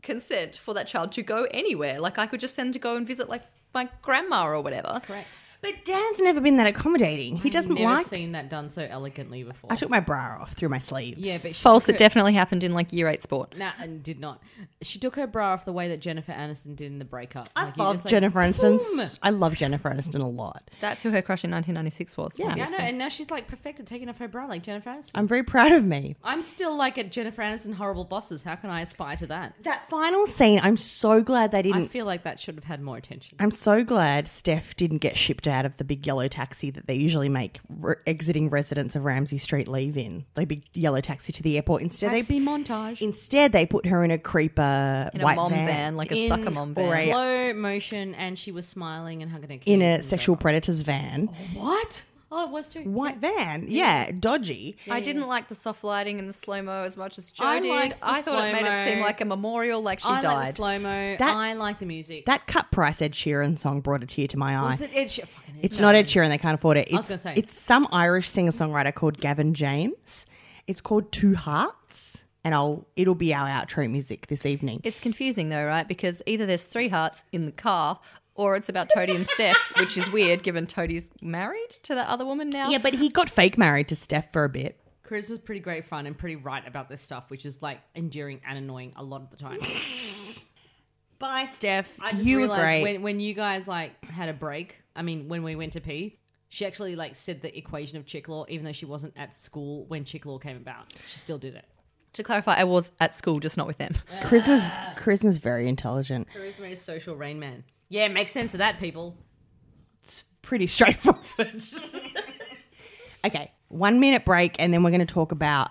consent for that child to go anywhere. Like I could just send to go and visit like my grandma or whatever. Correct. But Dan's never been that accommodating. He doesn't Mm, Never like. seen that done so elegantly before. I took my bra off through my sleeves. yeah, but she False. It took her- definitely happened in like year eight sport. Nah, and did not. She took her bra off the way that Jennifer Aniston did in the breakup. I Like, you love just, like, Jennifer boom. Aniston. I love Jennifer Aniston a lot. That's who her crush in 1996 was. Yeah. Yeah, I know. And now she's like perfected taking off her bra like Jennifer Aniston. I'm, I'm very proud of me. still like at Jennifer Aniston horrible bosses. How can I aspire to that? That final scene, I'm so glad they I didn't. feel like that should have had more attention. I'm so glad Steph didn't get shipped out of the big yellow taxi that they usually make re- exiting residents of Ramsey Street leave in. The big yellow taxi to the airport. Instead, Taxi they montage. instead they put her in a creeper In a white mom van, like a sucker mom van. or a- slow motion, and she was smiling and hugging her. in kids a and sexual so predators van. on. What? Oh, it was too. White van, yeah, dodgy. I didn't like the soft lighting and the slow mo as much as Joe I did. liked the I thought it made it slow-mo. seem like a memorial, like she I like the died. slow mo. That- I like the music. That cut price Ed Sheeran song brought a tear to my eye. was it Ed Sheeran? Fucking Ed It's Sheeran. not Ed Sheeran. They can't afford it. It's, was gonna say. it's some Irish singer songwriter called Gavin James. It's called Two Hearts, and I'll it'll be our outro music this evening. It's confusing though, right? Because either there's three hearts in the car, or it's about Toadie and Steph, which is weird given Toadie's married to that other woman now. yeah, but he got fake married to Steph for a bit. Chris was pretty great fun and pretty right about this stuff, which is like endearing and annoying a lot of the time. Bye, Steph. I just you were realized great. when, when you guys like had a break. I mean, when we went to pee, she actually like said the equation of chick law, even though she wasn't at school when chick law came about. She still did it. To clarify, I was at school, just not with them. Charisma's Ah. Charisma's very intelligent. Charisma is social rain man. Yeah, makes sense of that, people. Pretty straightforward. okay, one minute break, and then we're going to talk about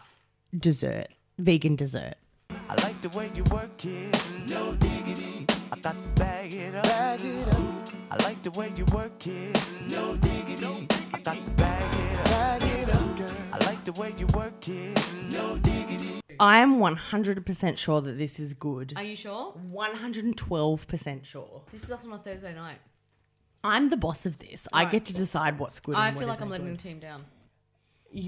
dessert, vegan dessert. I like the way you work it. No diggity. I thought to bag it up. Bag it up. I like the way you work it. No diggity. I thought to bag it up. Bag it up, girl. I like the way you work it. No diggity. I am one hundred percent sure that this is good. Are you sure? One hundred and twelve percent sure. This is us on a Thursday night. I'm the boss of this. I get to decide what's good. I and what feel like isn't I'm letting good. the team down.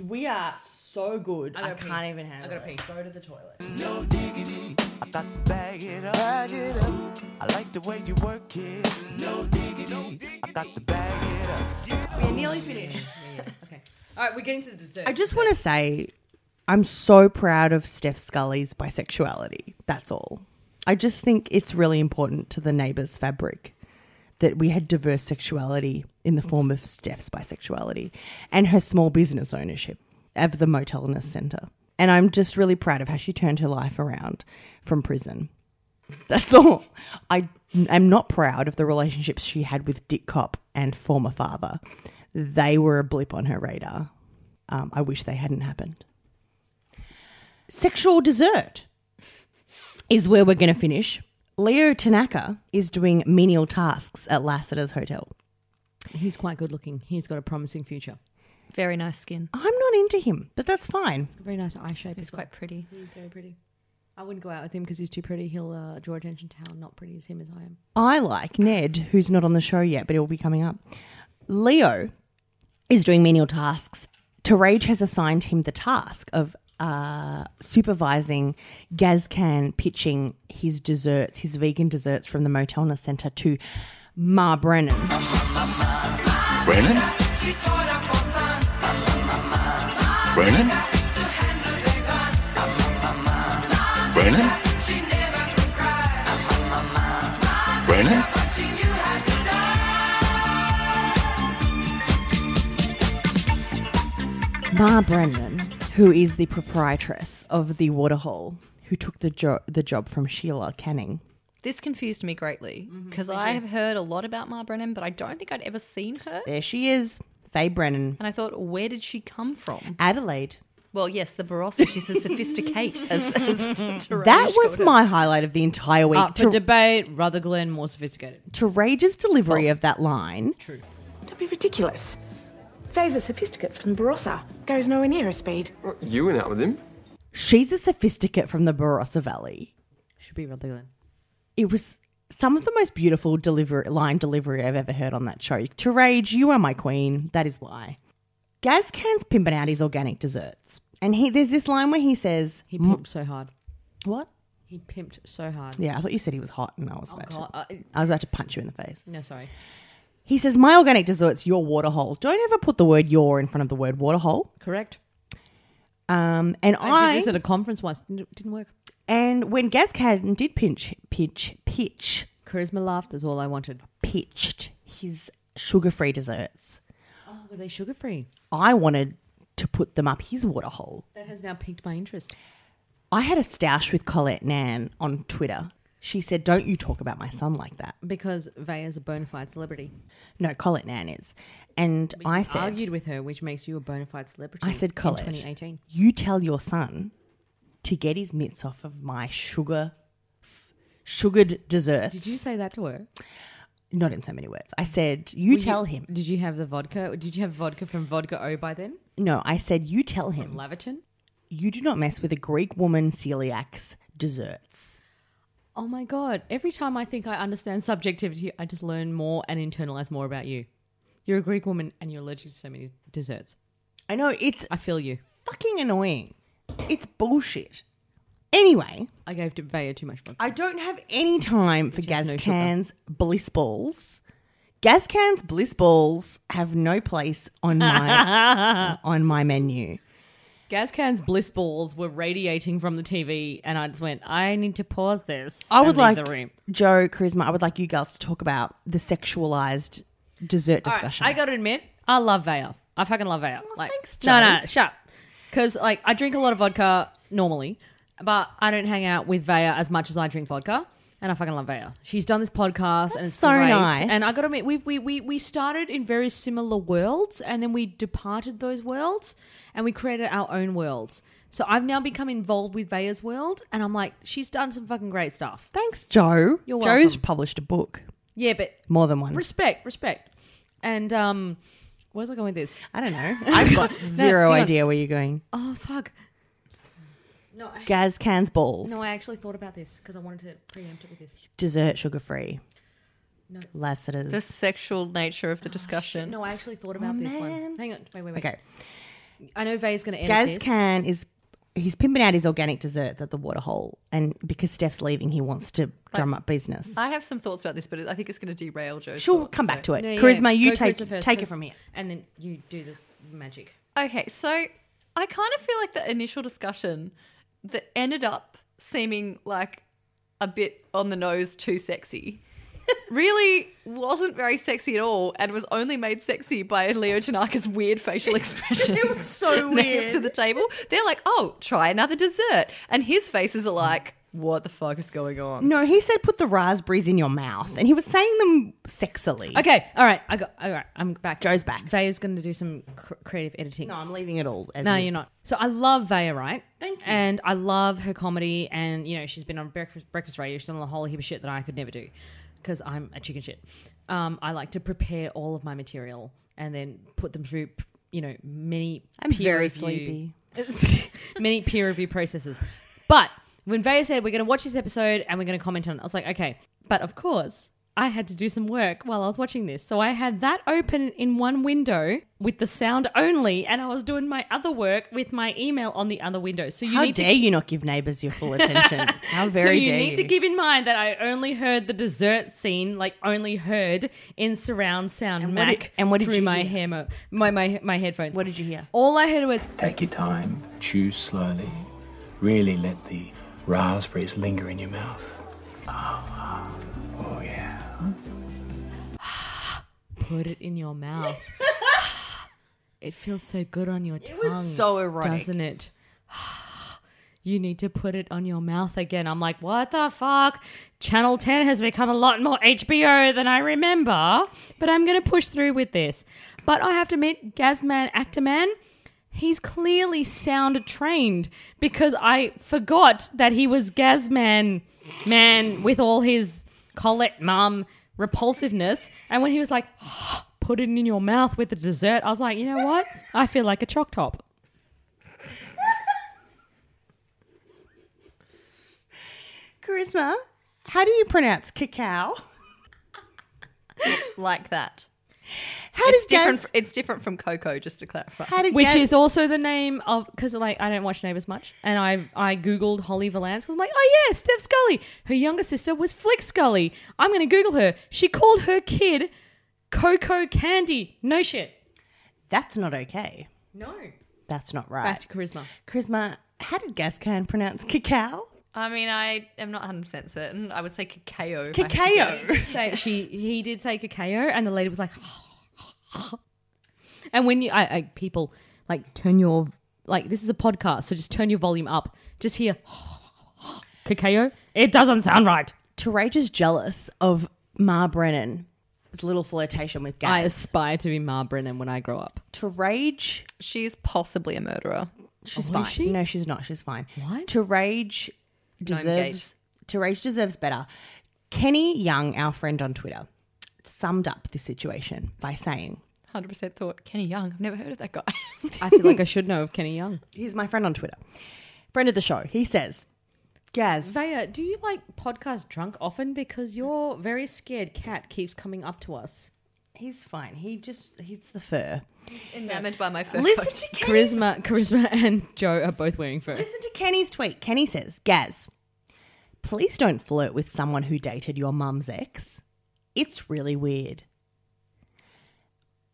We are so good. I, gotta pee. can't even handle I gotta it. pee. Go to the toilet. No diggity. I thought to bag it up. Bag it up. I like the way you work it. No diggity. I thought to bag it up. We're nearly finished. Okay. All right, we're getting to the dessert. I just want to say, I'm so proud of Steph Scully's bisexuality. That's all. I just think it's really important to the neighbours' fabric that we had diverse sexuality in the form of Steph's bisexuality and her small business ownership of the Motelness Centre. And I'm just really proud of how she turned her life around from prison. That's all. I am not proud of the relationships she had with Dick Cop and former father. They were a blip on her radar. Um, I wish they hadn't happened. Sexual dessert is where we're going to finish. Leo Tanaka is doing menial tasks at Lassiter's Hotel. He's quite good looking. He's got a promising future. Very nice skin. I'm not into him, but that's fine. Very nice eye shape. It's as well. quite pretty. He's very pretty. I wouldn't go out with him because he's too pretty. He'll uh, draw attention to how not pretty as him as I am. I like Ned, who's not on the show yet, but he'll be coming up. Leo is doing menial tasks. Tarage has assigned him the task of uh, supervising Gazcan pitching his desserts, his vegan desserts from the Motelna Centre to Ma Brennan. Brennan? Brennan? Brennan? Brennan? Ma Brennan, who is the proprietress of the Waterhole, who took the, jo- the job from Sheila Canning. This confused me greatly Mm-hmm. because I have heard a lot about Ma Brennan, but I don't think I'd ever seen her. There she is, Faye Brennan, And I thought, where did she come from? Adelaide. Well, yes, the Barossa. She's as sophisticate as, as Taraj That was called her. my highlight of the entire week. Up for debate, Rutherglen more sophisticated. Tarage's delivery of that line. Don't be ridiculous. Faye's a sophisticate from Barossa. Goes nowhere near her speed. You went out with him. She's a sophisticate from the Barossa Valley. Should be Rutherglen. It was some of the most beautiful delivery, line delivery I've ever heard on that show. Tarage, you are my queen. That is why. Gazcan's pimping out his organic desserts. And he there's this line where he says, He pimped so hard. What? He pimped so hard. Yeah, I thought you said he was hot and I was about Oh, God, to I- I was about to punch you in the face. No, sorry. He says, My organic dessert's your waterhole. Don't ever put the word your in front of the word waterhole. Correct. Um, and I, I, did this at a conference once. Didn't, didn't work. and when Gazcan did pinch pitch pitch Charisma laughed. That's all I wanted. pitched his sugar free desserts. Oh, were they sugar free? I wanted to put them up his waterhole. That has now piqued my interest. I had a stoush with Colette Nan on Twitter. She said, Don't you talk about my son like that. Because Veya's a bona fide celebrity. No, Colette Nan is. And I said, Argued with her, which makes you a bona fide celebrity. I said, in Colette, 2018. you tell your son to get his mitts off of my sugar, f- sugared dessert. Did you say that to her? Not in so many words. I said, you Were tell him. Did you have the vodka? Did you have vodka from Vodka O by then? No, I said, you tell him. Laverton? you do not mess with a Greek woman celiac's desserts. Oh my god! Every time I think I understand subjectivity, I just learn more and internalize more about you. You're a Greek woman, and you're allergic to so many desserts. I know it's I feel you. fucking annoying. It's bullshit. Anyway, I gave Veya too much vodka. I don't have any time for Which is no Gazcan's bliss balls. Gazcan's bliss balls have no place on my on my menu. Gazcan's bliss balls were radiating from the TV, and I just went, "I need to pause this." I would and leave like the room. Joe Charisma. I would like you girls to talk about the sexualized dessert All right, discussion. Oh, I got to admit, I love Veya. I fucking love Veya. like, thanks, no, Jo. no, shut. Because like, I drink a lot of vodka normally, but I don't hang out with Veya as much as I drink vodka. And I fucking love Veya. She's done this podcast, and That's it's so great. nice. And I got to admit, we, we we we started in very similar worlds, and then we departed those worlds, and we created our own worlds. So I've now become involved with Veya's world, and I'm like, she's done some fucking great stuff. Thanks, Joe. You're Joe's welcome. published a book, Yeah, but more than one. respect, respect, and um, where's I going with this? I don't know. I've got zero hang on. idea where you're going. Oh fuck. No, I, Gazcan's balls. no, I actually thought about this because I wanted to preempt it with this. dessert sugar free. Lassiter's. The sexual nature of the discussion. No, I actually thought about this one. Hang on, wait, wait, wait. Oh, okay. I know Vay's going to edit this. Gazcan is he's pimping out his organic dessert at the waterhole and because Steph's leaving he wants to drum up business. I have some thoughts about this, but I think it's going to derail Joe. She'll come back to it. No, yeah, Charisma, you go take Charisma first, take it because- from here. and then you do the magic. Okay, so I kind of feel like the initial discussion that ended up seeming like a bit on the nose too sexy really wasn't very sexy at all and was only made sexy by Leo Tanaka's weird facial expression. it was so weird. to the table. They're like, oh, try another dessert. And his faces are like, what the fuck is going on? No, he said put the raspberries in your mouth and he was saying them sexily. Okay, all right. I got. All right, I'm back. Joe's back. Vaya's going to do some cr- creative editing. No, I'm leaving it all as No, is. you're not. So I love Vaya, right? Thank you. And I love her comedy, and you know she's been on breakfast breakfast radio. She's done a whole heap of shit that I could never do because I'm a chicken shit. Um, I like to prepare all of my material and then put them through, you know, many. I'm very review- many peer review processes, but when Vaya said we're going to watch this episode and we're going to comment on it, I was like, okay. But of course, I had to do some work while I was watching this. So I had that open in one window with the sound only, and I was doing my other work with my email on the other window. So you How need dare to you not give neighbours your full attention? How so very you dare need you? to keep in mind that I only heard the dessert scene, like only heard in surround sound And what Mac did- and what did through you my hear? hammer, my, my my headphones. What did you hear? All I heard was Take your time, chew slowly, really let the raspberries linger in your mouth. Ah, Oh, put it in your mouth. it feels so good on your tongue. was so erotic. doesn't it? You need to put it on your mouth again. I'm like, what the fuck? Channel 10 has become a lot more HBO than I remember, but I'm going to push through with this. But I have to admit, Gazman Actorman, he's clearly sound trained because I forgot that he was Gazman man with all his Colette mum repulsiveness. And when he was like, put it in your mouth with the dessert, I was like, you know what? I feel like a choc top. Charisma, how do you pronounce cacao? like that. How it's did different. Gaz, It's different from Coco, just to clarify. how did which Gaz- is also the name of because like I don't watch Neighbours much, and I I googled Holly Valance 'cause I'm like, oh yeah, Steph Scully. Her younger sister was Flick Scully. I'm gonna Google her. She called her kid Coco Candy. No shit. that's not okay. No. That's not Back right. to charisma. Charisma, how did Gascan pronounce cacao? I mean, I am not 100 percent certain. I would say cacao. if I had to Cacao. guess. Say she he did say cacao, and the lady was like, and when you I, I people like turn your like this is a podcast, so just turn your volume up. Just hear cacao. It doesn't sound right. Terage is jealous of Ma Brennan's little flirtation with I Gaz. aspire to be Ma Brennan when I grow up. Terage, She's possibly a murderer. she's Oh, fine. is she? No, she's not. She's fine. What? Terage deserves. Gates. Terage deserves better. Kenny Young, our friend on Twitter, summed up the situation by saying, 100 percent thought Kenny Young. I've never heard of that guy. I feel like I should know of Kenny Young. "He's my friend on Twitter, friend of the show." He says, "Gaz, Zaya, do you like podcast drunk often? Because your very scared cat keeps coming up to us. he's fine. He just he's the fur." Enamored by my first. Listen to Kenny's Charisma, Charisma, and Joe are both wearing fur. Listen to Kenny's tweet. Kenny says, Gaz, please don't flirt with someone who dated your mum's ex. It's really weird.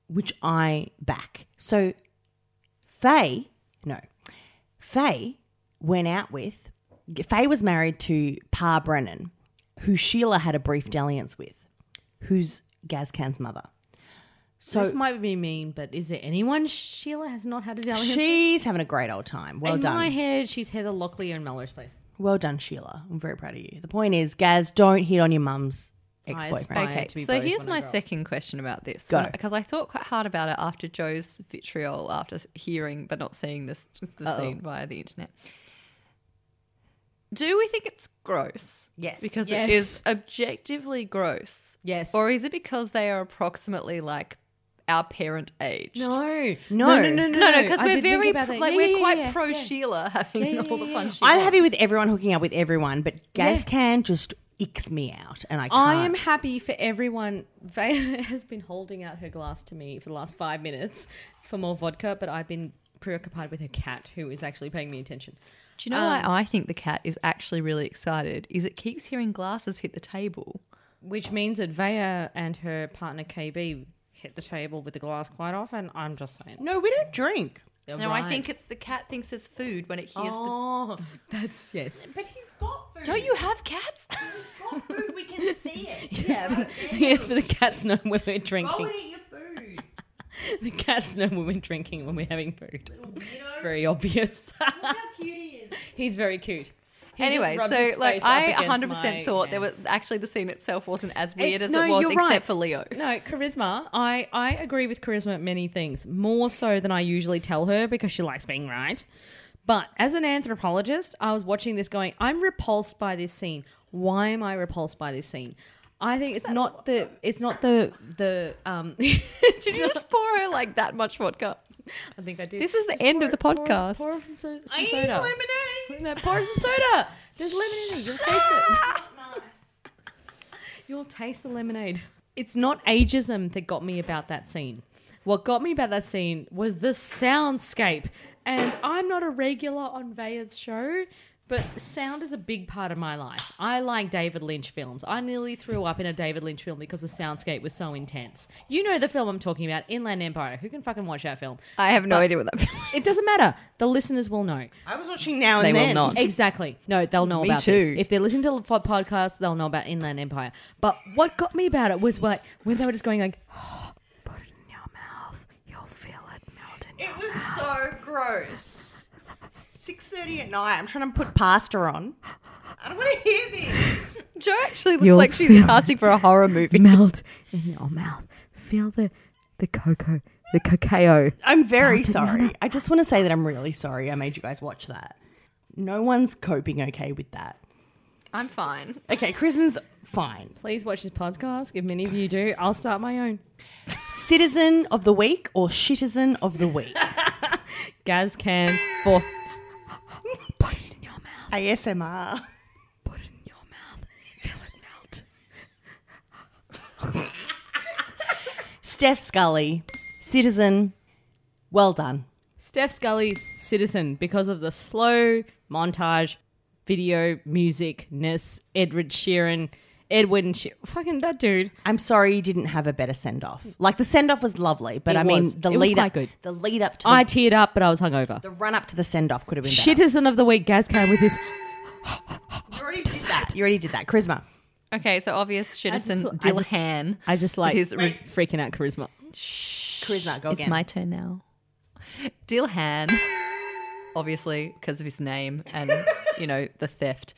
Which I back. So Faye, no, Faye went out with, Faye was married to Pa Brennan, who Sheila had a brief delliance with, who's Gazcan's mother. So this might be mean, but is there anyone Sheila has not had a dalliance? she's having a great old time. Well in done. my head, she's Heather Locklear in Melrose Place. Well done, Sheila. I'm very proud of you. The point is, Gaz, don't hit on your mum's ex boyfriend. aspire- Okay, to be so both here's when I my grow up. second question about this. Go. Because I thought quite hard about it after Joe's vitriol, after hearing but not seeing this the Uh-oh. scene via the internet. Do we think it's gross? Yes. Because Yes. it is objectively gross. Yes. Or is it because they are approximately like our parent age? No, No. No, no, because I we're did think very about pro- that. like Yeah, we're yeah, quite yeah, pro yeah. Sheila having yeah, all the yeah, fun yeah. she I'm wants. happy with everyone hooking up with everyone, but Gaz can just icks me out, and I can't. I am happy for everyone. Vaya has been holding out her glass to me for the last five minutes for more vodka, but I've been preoccupied with her cat, who is actually paying me attention. Do you know why I think the cat is actually really excited? Is it keeps hearing glasses hit the table. Which means that Vaya and her partner KB hit the table with the glass quite often. I'm just saying. No, we don't drink. No, I think it's the cat thinks it's food when it hears Oh, that's yes. But he's Oh. got food. the. Don't you have cats? We can see it. Yes, but the cats know when we're drinking. eat your food. The cats know when we're drinking when we're having food. It's very obvious. He's very cute. He just anyway, rubs his so like face up I against 100% my thought there hand. was actually the scene itself wasn't as weird It's- as no, it was you're except right. for Leo. No, charisma. I, I agree with charisma at many things, more so than I usually tell her because she likes being right. But as an anthropologist, I was watching this going, I'm repulsed by this scene. Why am I repulsed by this scene? I think it's not the it's not the the um Did you just pour her like that much vodka? I think I did. This is the end of the podcast. Pour, pour some, so- some soda. lemonade. pour some soda. There's lemon in it. You'll taste it. You'll taste the lemonade. It's not ageism that got me about that scene. What got me about that scene was the soundscape. And I'm not a regular on Vaya's show, but sound is a big part of my life. I like David Lynch films. I nearly threw up in a David Lynch film because the soundscape was so intense. You know the film I'm talking about, Inland Empire. Who can fucking watch that film? I have no But idea what that film It doesn't matter. The listeners will know. I was watching now and They will then. not. Exactly. No, they'll know Me about too. this. If they're listening to the podcast, they'll know about Inland Empire. But what got me about it was what when they were just going like, put it in your mouth, you'll feel it melt in It was so gross. Six thirty at night. I'm trying to put pasta on. I don't want to hear this. Jo actually looks You'll like she's feel- casting for a horror movie. melt in your mouth. Feel the the cocoa, the cacao. I'm very sorry. I just want to say that I'm really sorry. I made you guys watch that. No one's coping okay with that. I'm fine. Okay, Christmas fine. Please watch this podcast. If many of you do, I'll start my own. Citizen of the week or shitizen of the week? Gaz can for put it in your mouth. ASMR. Put it in your mouth. Feel it melt. Steph Scully, citizen. Well done. Steph Scully, Citizen, because of the slow montage, video, music ness, Edward Sheeran, Edward and Sheeran. Fucking that dude. I'm sorry you didn't have a better send off. Like the send off was lovely, but It I mean was. the It was lead quite up, good. the lead up to I the, teared up, but I was hungover. the run up to the send off could have been better. Citizen of the Week, Gaz came with his. You already did that. You already did that. Charisma. Okay, so obvious citizen I just- Dilhan. I just like His re- freaking out charisma. Charisma. Go It's again. my turn now. Dilhan, obviously, because of his name and, you know, the theft.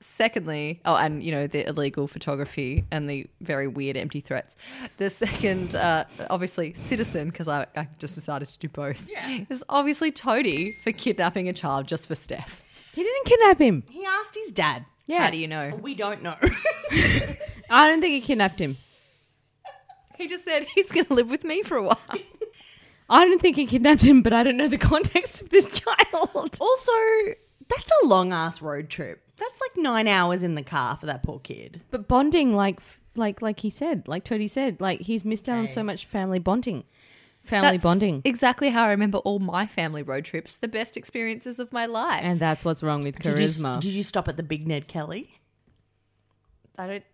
Secondly, oh, and, you know, the illegal photography and the very weird empty threats. The second, uh, obviously, citizen, because I, I just decided to do both, is obviously Toady for kidnapping a child just for Steph. He didn't kidnap him. he asked his dad. Yeah. How do you know? We don't know. I don't think he kidnapped him. He just said he's going to live with me for a while. I don't think he kidnapped him, but I don't know the context of this child. also, that's a long ass road trip. That's like nine hours in the car for that poor kid. But bonding, like like like he said, like Toadie said, like he's missed out on so much family bonding. Family That's bonding. Exactly how I remember all my family road trips, the best experiences of my life. And that's what's wrong with Did you, charisma. did you stop at the Big Ned Kelly? I don't.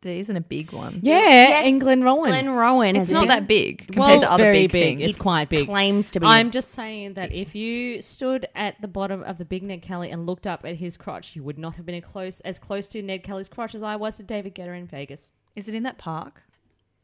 There isn't a big one. yeah, Yes. and Glenn Rowan. Glen Rowan. it's has not been- that big compared Well, it's to other very big, big. things. It's quite big. Claims to be. I'm just saying that if you stood at the bottom of the big Ned Kelly and looked up at his crotch, you would not have been a close as close to Ned Kelly's crotch as I was to David Guetta in Vegas. Is it in that park?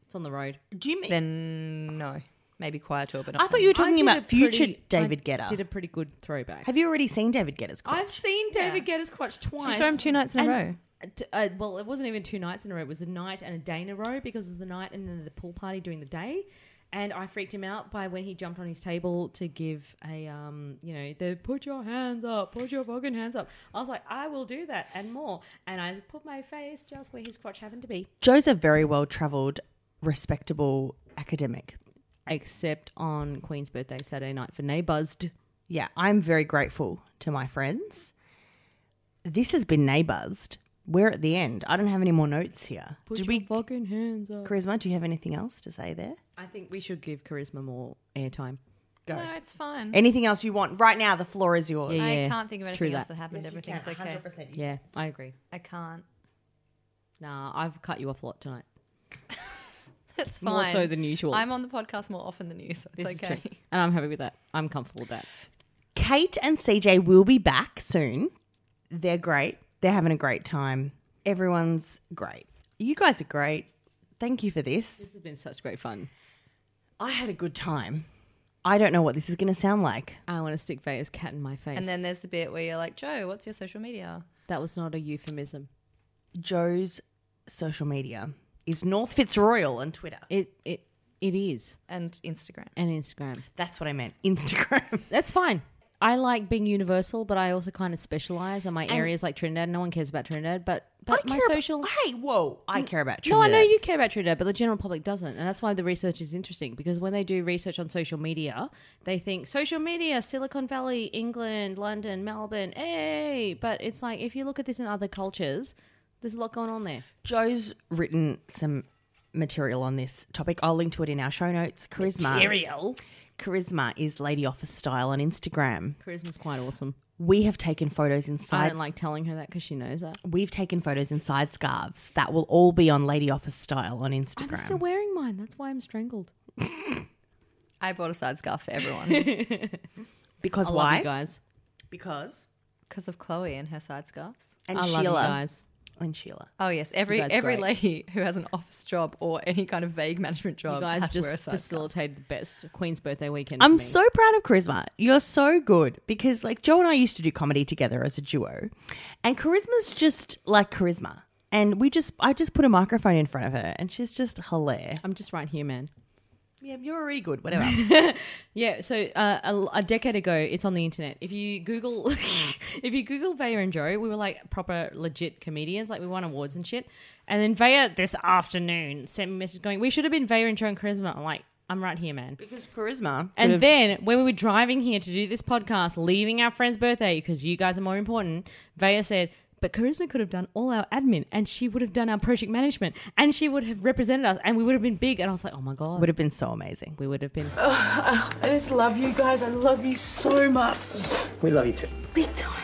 It's on the road. Do you mean? Then no, maybe quieter, but not I thought you were I talking did about a future pretty- David I Getter. Did a pretty good throwback. Have you already seen David Getter's crotch? I've seen David Guetta's crotch twice. saw him two nights in a And- d- Uh, well, it wasn't even two nights in a row. It was a night and a day in a row because it was the night and then the pool party during the day. And I freaked him out by when he jumped on his table to give a, um, you know, the put your hands up, put your fucking hands up. I was like, I will do that and more. And I put my face just where his crotch happened to be. Joe's a very well travelled, respectable academic. Except on Queen's birthday Saturday night for Neighbours. Yeah, I'm very grateful to my friends. This has been Neighbours. We're at the end. I don't have any more notes here. Did we, fucking hands up. Charisma, do you have anything else to say there? I think we should give Charisma more airtime. Go. No, it's fine. Anything else you want? Right now, the floor is yours. Yeah, I yeah. can't think of True anything else that. that happened. Everything's okay. Yeah, I agree. I can't. Nah, I've cut you off a lot tonight. That's fine. More so than usual. I'm on the podcast more often than you, so This it's is okay. true. And I'm happy with that. I'm comfortable with that. Kate and CJ will be back soon. They're great. They're having a great time. Everyone's great. You guys are great. Thank you for this. This has been such great fun. I had a good time. I don't know what this is going to sound like. I want to stick Vaya's cat in my face. And then there's the bit where you're like, Joe, what's your social media? that was not a euphemism. Joe's social media is North Fitzroyal on Twitter. It it it is. And Instagram. And Instagram. That's what I meant. Instagram. That's fine. I like being universal, but I also kind of specialize and my areas like Trinidad. No one cares about Trinidad, but but my care ab- social hey, whoa! I care about No, I Trinidad. know you care about Trinidad, but the general public doesn't. And that's why the research is interesting because when they do research on social media, they think social media, Silicon Valley, England, London, Melbourne, hey. But it's like if you look at this in other cultures, There's a lot going on there. Joe's written some material on this topic. I'll link to it in our show notes. Charisma. Material. Charisma is Lady Office Style on Instagram. Charisma's quite awesome. We have taken photos I inside. don't like telling her that because she knows that. We've taken photos inside scarves. That will all be on Lady Office Style on I'm Instagram. still wearing mine. That's why I'm strangled. I bought a side scarf for everyone because I love why? you guys. Because because of Chloe and her side scarves. and I love you Sheila guys. and Sheila. Oh yes, every You guys every great. lady who has an office job or any kind of vague management job You guys has to wear a just side scarf. facilitated the best Queen's birthday weekend. I'm for me. so proud of Charisma. You're so good because like Joe and I used to do comedy together as a duo, and Charisma's just like Charisma. And we just, I just put a microphone in front of her, and she's just hilarious. I'm just right here, man. Yeah, you're already good. Whatever. Yeah, so uh, a, a decade ago, it's on the internet. If you Google, if you Google Vaya and Joe, we were like proper legit comedians, like we won awards and shit. And then Vaya this afternoon sent me a message going, "We should have been Vaya and Joe and Charisma." I'm like, "I'm right here, man." Because charisma. And then when we were driving here to do this podcast, leaving our friend's birthday because you guys are more important, Vaya said, but Charisma could have done all our admin and she would have done our project management and she would have represented us and we would have been big. And I was like, oh my God. would have been so amazing. we would have been. I just love you guys. I love you so much. We love you too. We don't.